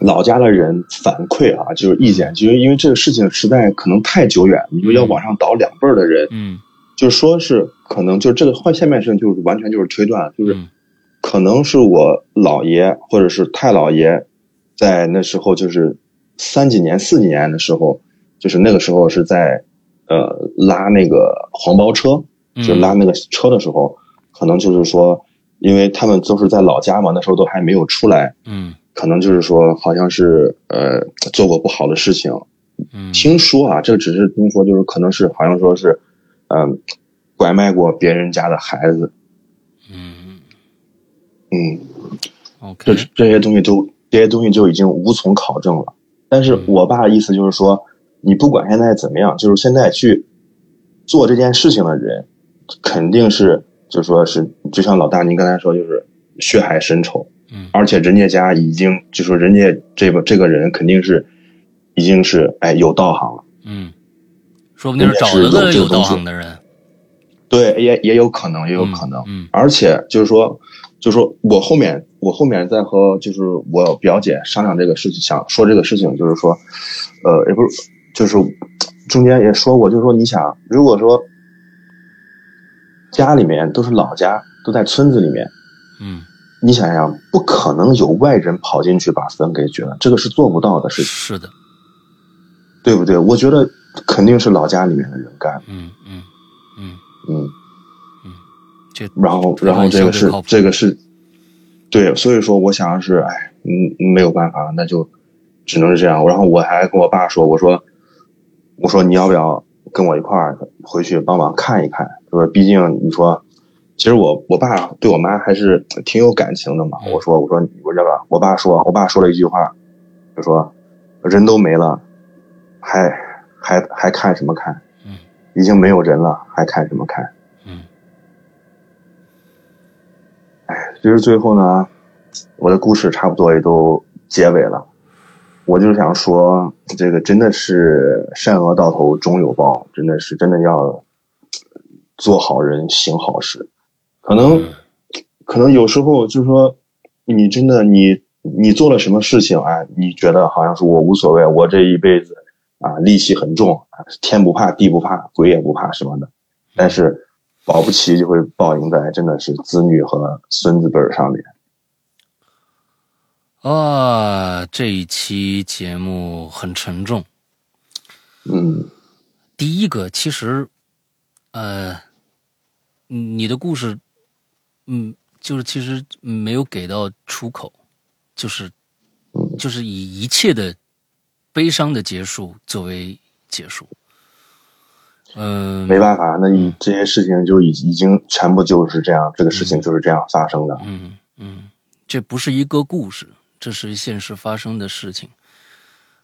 老家的人反馈啊，就是意见，就是因为这个事情实在可能太久远，你说要往上倒两辈儿的人，
嗯
就是说是可能就这个换下面事情就是完全就是推断，就是
嗯
可能是我姥爷或者是太姥爷，在那时候就是三几年、四几年的时候，就是那个时候是在呃拉那个黄包车，
嗯
就拉那个车的时候，可能就是说，因为他们都是在老家嘛，那时候都还没有出来，
嗯
可能就是说好像是呃做过不好的事情，
嗯
听说啊，这只是听说，就是可能是好像说是，嗯、拐卖过别人家的孩子，
嗯
嗯，这
，OK，
这些东西都这些东西就已经无从考证了。但
嗯
是我爸的意思就是说，你不管现在怎么样，就是现在去做这件事情的人，肯定是就说是就像老大您刚才说，就是血海深仇，
嗯
而且人家家已经就说人家这个这个人肯定是已经是哎有道行了。
嗯，说不定是找了个有道行的人，
对，也也有可能，也有可能。
嗯
而且就是说，就是说我后面我后面在和就是我表姐商量这个事情，想说这个事情，就是说，呃，也不是，就是中间也说过，就是说你想，如果说家里面都是老家，都在村子里面，
嗯，
你想想，不可能有外人跑进去把坟给掘了，这个是做不到的事情，
是的，
对不对？我觉得肯定是老家里面的人干的，
嗯嗯嗯，
嗯。
这
然后，
推
然
断
后这
相对
个是
靠谱
这个是，对，所以说我想是，哎，嗯，没有办法，那就只能是这样。然后我还跟我爸说，我说，我说你要不要跟我一块儿回去帮忙看一看？就是毕竟你说，其实我我爸对我妈还是挺有感情的嘛。
嗯
我说，我说，我要不要？我爸说，我爸说了一句话，就说人都没了，还还还看什么看？
嗯
已经没有人了，还看什么看？
嗯
其实最后呢，我的故事差不多也都结尾了。我就是想说，这个真的是善恶到头终有报，真的是真的要做好人行好事。可能可能有时候就是说，你真的你你做了什么事情啊？你觉得好像是我无所谓，我这一辈子啊戾气很重，啊天不怕地不怕鬼也不怕什么的，但是保不齐就会报应在真的是子女和孙子辈儿上面。
啊，这一期节目很沉重。
嗯
第一个，其实，呃，你的故事，嗯，就是其实没有给到出口，就是就是以一切的悲伤的结束作为结束。嗯、
没办法，那你这些事情就已已经全部就是这样，这个事情就是这样发生的。
嗯，嗯，这不是一个故事，这是现实发生的事情。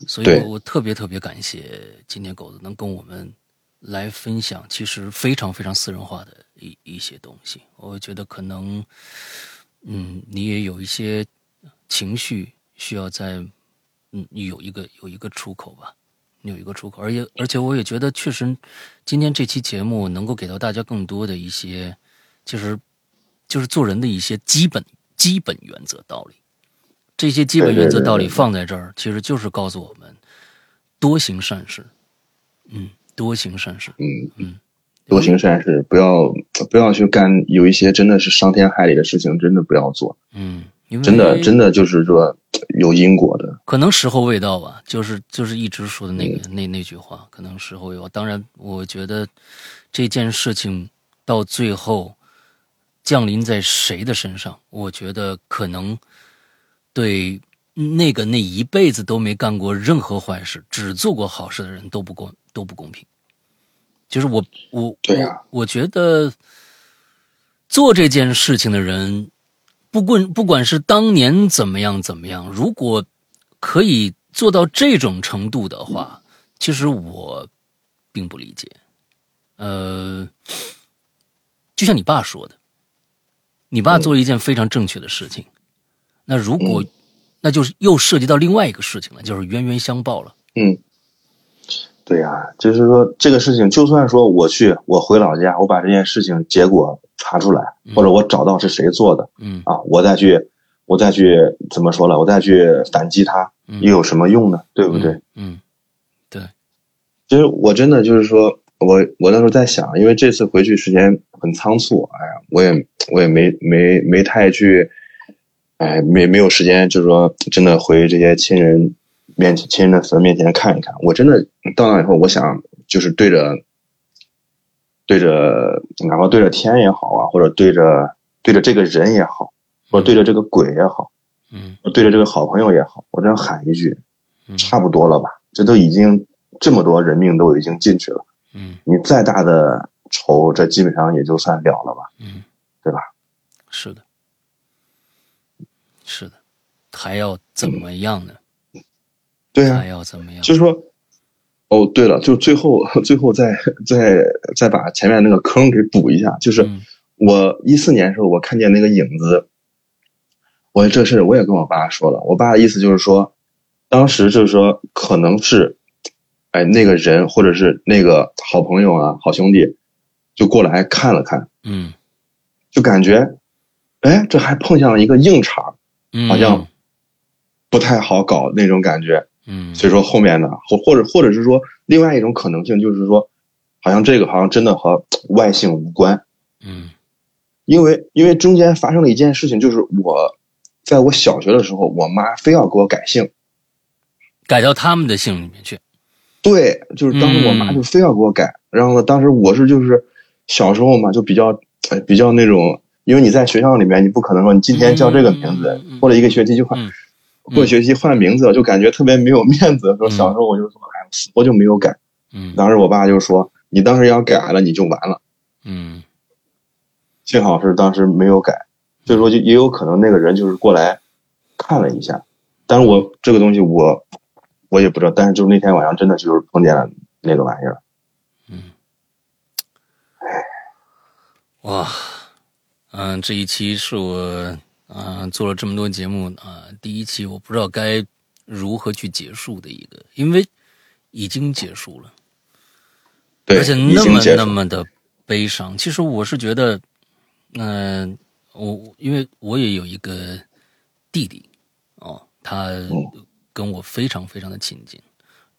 所以
对
我，我特别特别感谢今天狗子能跟我们来分享，其实非常非常私人化的一一些东西。我觉得可能，嗯，你也有一些情绪需要在，嗯，有一个有一个出口吧，有一个出口。而且而且，我也觉得确实，今天这期节目能够给到大家更多的一些，其实就是做人的一些基本基本原则道理。这些基本原则道理
对对对对
放在这儿，其实就是告诉我们多行善事，嗯，多行善事，
嗯
嗯，
多行善事，不要不要去干有一些真的是伤天害理的事情，真的不要做，
嗯，因为
真的真
的
的就是说有因果的。
可能时候未到吧，就是就是一直说的那
嗯
个、那那句话，可能时候未到。当然，我觉得这件事情到最后降临在谁的身上，我觉得可能对那个那一辈子都没干过任何坏事，只做过好事的人都不公都不公平。就是我我
对呀
我我觉得做这件事情的人，不管不管是当年怎么样怎么样，如果可以做到这种程度的话，其实我并不理解。呃，就像你爸说的，你爸
嗯
做了一件非常正确的事情。那如果，那就是又涉及到另外一个事情了，就是冤冤相报了。
嗯，对呀、就是说这个事情，就算说我去我回老家，我把这件事情结果查出来，或者我找到是谁做的
嗯
啊，我再去我再去怎么说了，我再去反击他，
嗯
又有什么用呢？对不对？
嗯，对，
其实我真的就是说，我我那时候在想，因为这次回去时间很仓促，哎呀，我也我也没没没太去，哎，没没有时间，就是说真的回这些亲人面前、亲人的坟面前看一看。我真的到那以后，我想就是对着对着，哪怕对着天也好啊，或者对着对着这个人也好，或者对着这个鬼也好，
嗯
对着这个好朋友也好，我这样喊一句，
嗯
差不多了吧？这都已经这么多人命都已经进去了，
嗯
你再大的仇，这基本上也就算了了吧？
嗯，
对吧？
是的，是的，还要怎么样呢？
对
还要怎么样？
嗯就是说，哦，对了，就最后 最后再再再把前面那个坑给补一下，就是
嗯
我一四年的时候，我看见那个影子，我这事儿我也跟我爸说了，我爸的意思就是说，当时就是说可能是，哎，那个人或者是那个好朋友啊、好兄弟，就过来看了看，
嗯
就感觉，哎，这还碰上了一个硬茬，
嗯，
好像不太好搞那种感觉。
嗯
所以说后面呢，或或者或者是说另外一种可能性就是说，好像这个好像真的和外性无关，
嗯
因为因为中间发生了一件事情，就是我在我小学的时候，我妈非要给我改姓，
改到他们的姓里面去。
对，就是当时我妈
嗯
就非要给我改，然后呢，当时我是就是小时候嘛，就比较哎比较那种。因为你在学校里面，你不可能说你今天叫这个名字，
嗯嗯嗯嗯
或者一个学期就换，
嗯
或者学期换名字，就感觉特别没有面子。说
嗯
小时候我就说，哎，死活就没有改。
嗯
当时我爸就说：“你当时要改了，你就完了。
嗯”
幸好是当时没有改，所以说就也有可能那个人就是过来看了一下。但是我这个东西我我也不知道，但是就是那天晚上真的就是碰见了那个玩意儿。
嗯，哇，嗯、这一期是我啊、做了这么多节目啊、第一期我不知道该如何去结束的一个，因为已经结束了，
对，
而且
已
那
经
么
结
那
束
么的悲伤。其实我是觉得，嗯、我因为我也有一个弟弟，哦，他
嗯
跟我非常非常的亲近。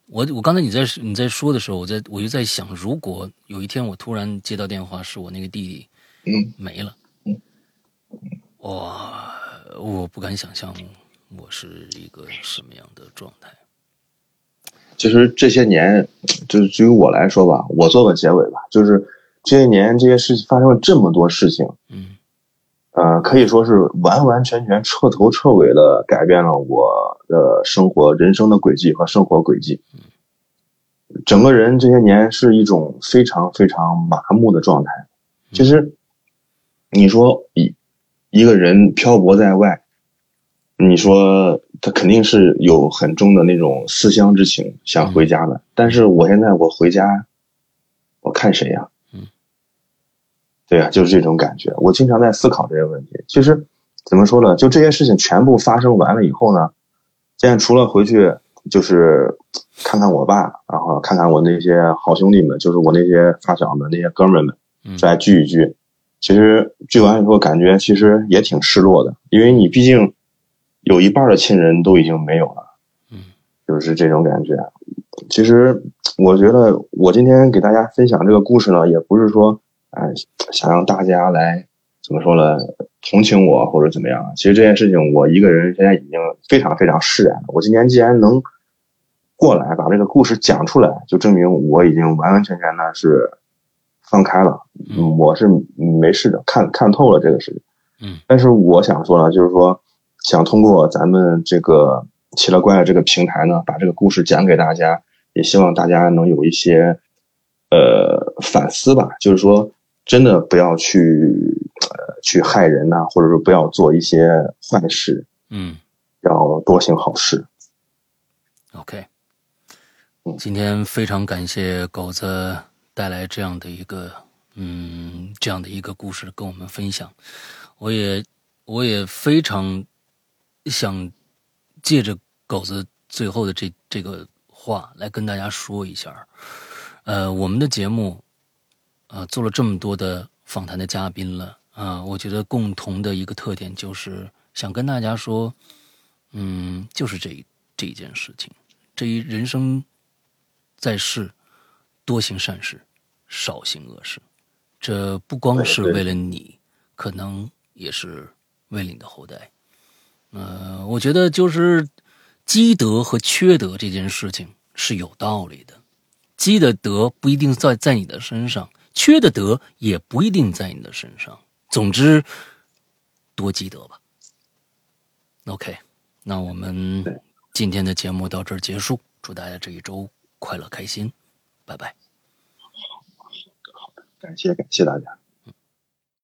我我刚才你在你在说的时候，我在我就在想，如果有一天我突然接到电话，是我那个弟弟
嗯
没了，哇，我不敢想象我是一个什么样的状态。
其实这些年，就是对于我来说吧，我做个结尾吧，就是这些年这些事情发生了这么多事情，
嗯
呃，可以说是完完全全、彻头彻尾的改变了我的生活、人生的轨迹和生活轨迹。整个人这些年是一种非常非常麻木的状态。其实，你说一一个人漂泊在外，你说他肯定是有很重的那种思乡之情，想回家的。但是我现在我回家，我看谁呀、对呀、就是这种感觉。我经常在思考这些问题。其实怎么说呢？就这些事情全部发生完了以后呢，现在除了回去就是看看我爸，然后看看我那些好兄弟们，就是我那些发小们、那些哥们儿们，
嗯
再聚一聚。其实聚完以后，感觉其实也挺失落的，因为你毕竟有一半的亲人都已经没有了，
嗯，
就是这种感觉。其实我觉得，我今天给大家分享这个故事呢，也不是说，哎，想让大家来怎么说呢，同情我或者怎么样。啊其实这件事情，我一个人现在已经非常非常释然了。我今天既然能过来把这个故事讲出来，就证明我已经完完全全的是放开了，
嗯
我是没事的，看看透了这个事情。
嗯，
但是我想说呢，就是说，想通过咱们这个奇了怪了这个平台呢，把这个故事讲给大家，也希望大家能有一些呃反思吧，就是说，真的不要去呃去害人呐、或者说不要做一些坏事，
嗯
要多行好事。
，OK
嗯。
今天非常感谢狗子带来这样的一个嗯这样的一个故事跟我们分享，我也我也非常想借着狗子最后的这这个话来跟大家说一下，呃，我们的节目呃，做了这么多的访谈的嘉宾了啊、我觉得共同的一个特点就是想跟大家说，嗯，就是这一这一件事情，这一人生在世，多行善事，少行恶事，这不光是为了你，可能也是为了你的后代。呃，我觉得就是积德和缺德这件事情是有道理的，积的德不一定在在你的身上，缺的德也不一定在你的身上。总之，多积德吧。OK，那我们
对
今天的节目到这儿结束，祝大家这一周快乐开心，拜拜。
感谢感谢大家。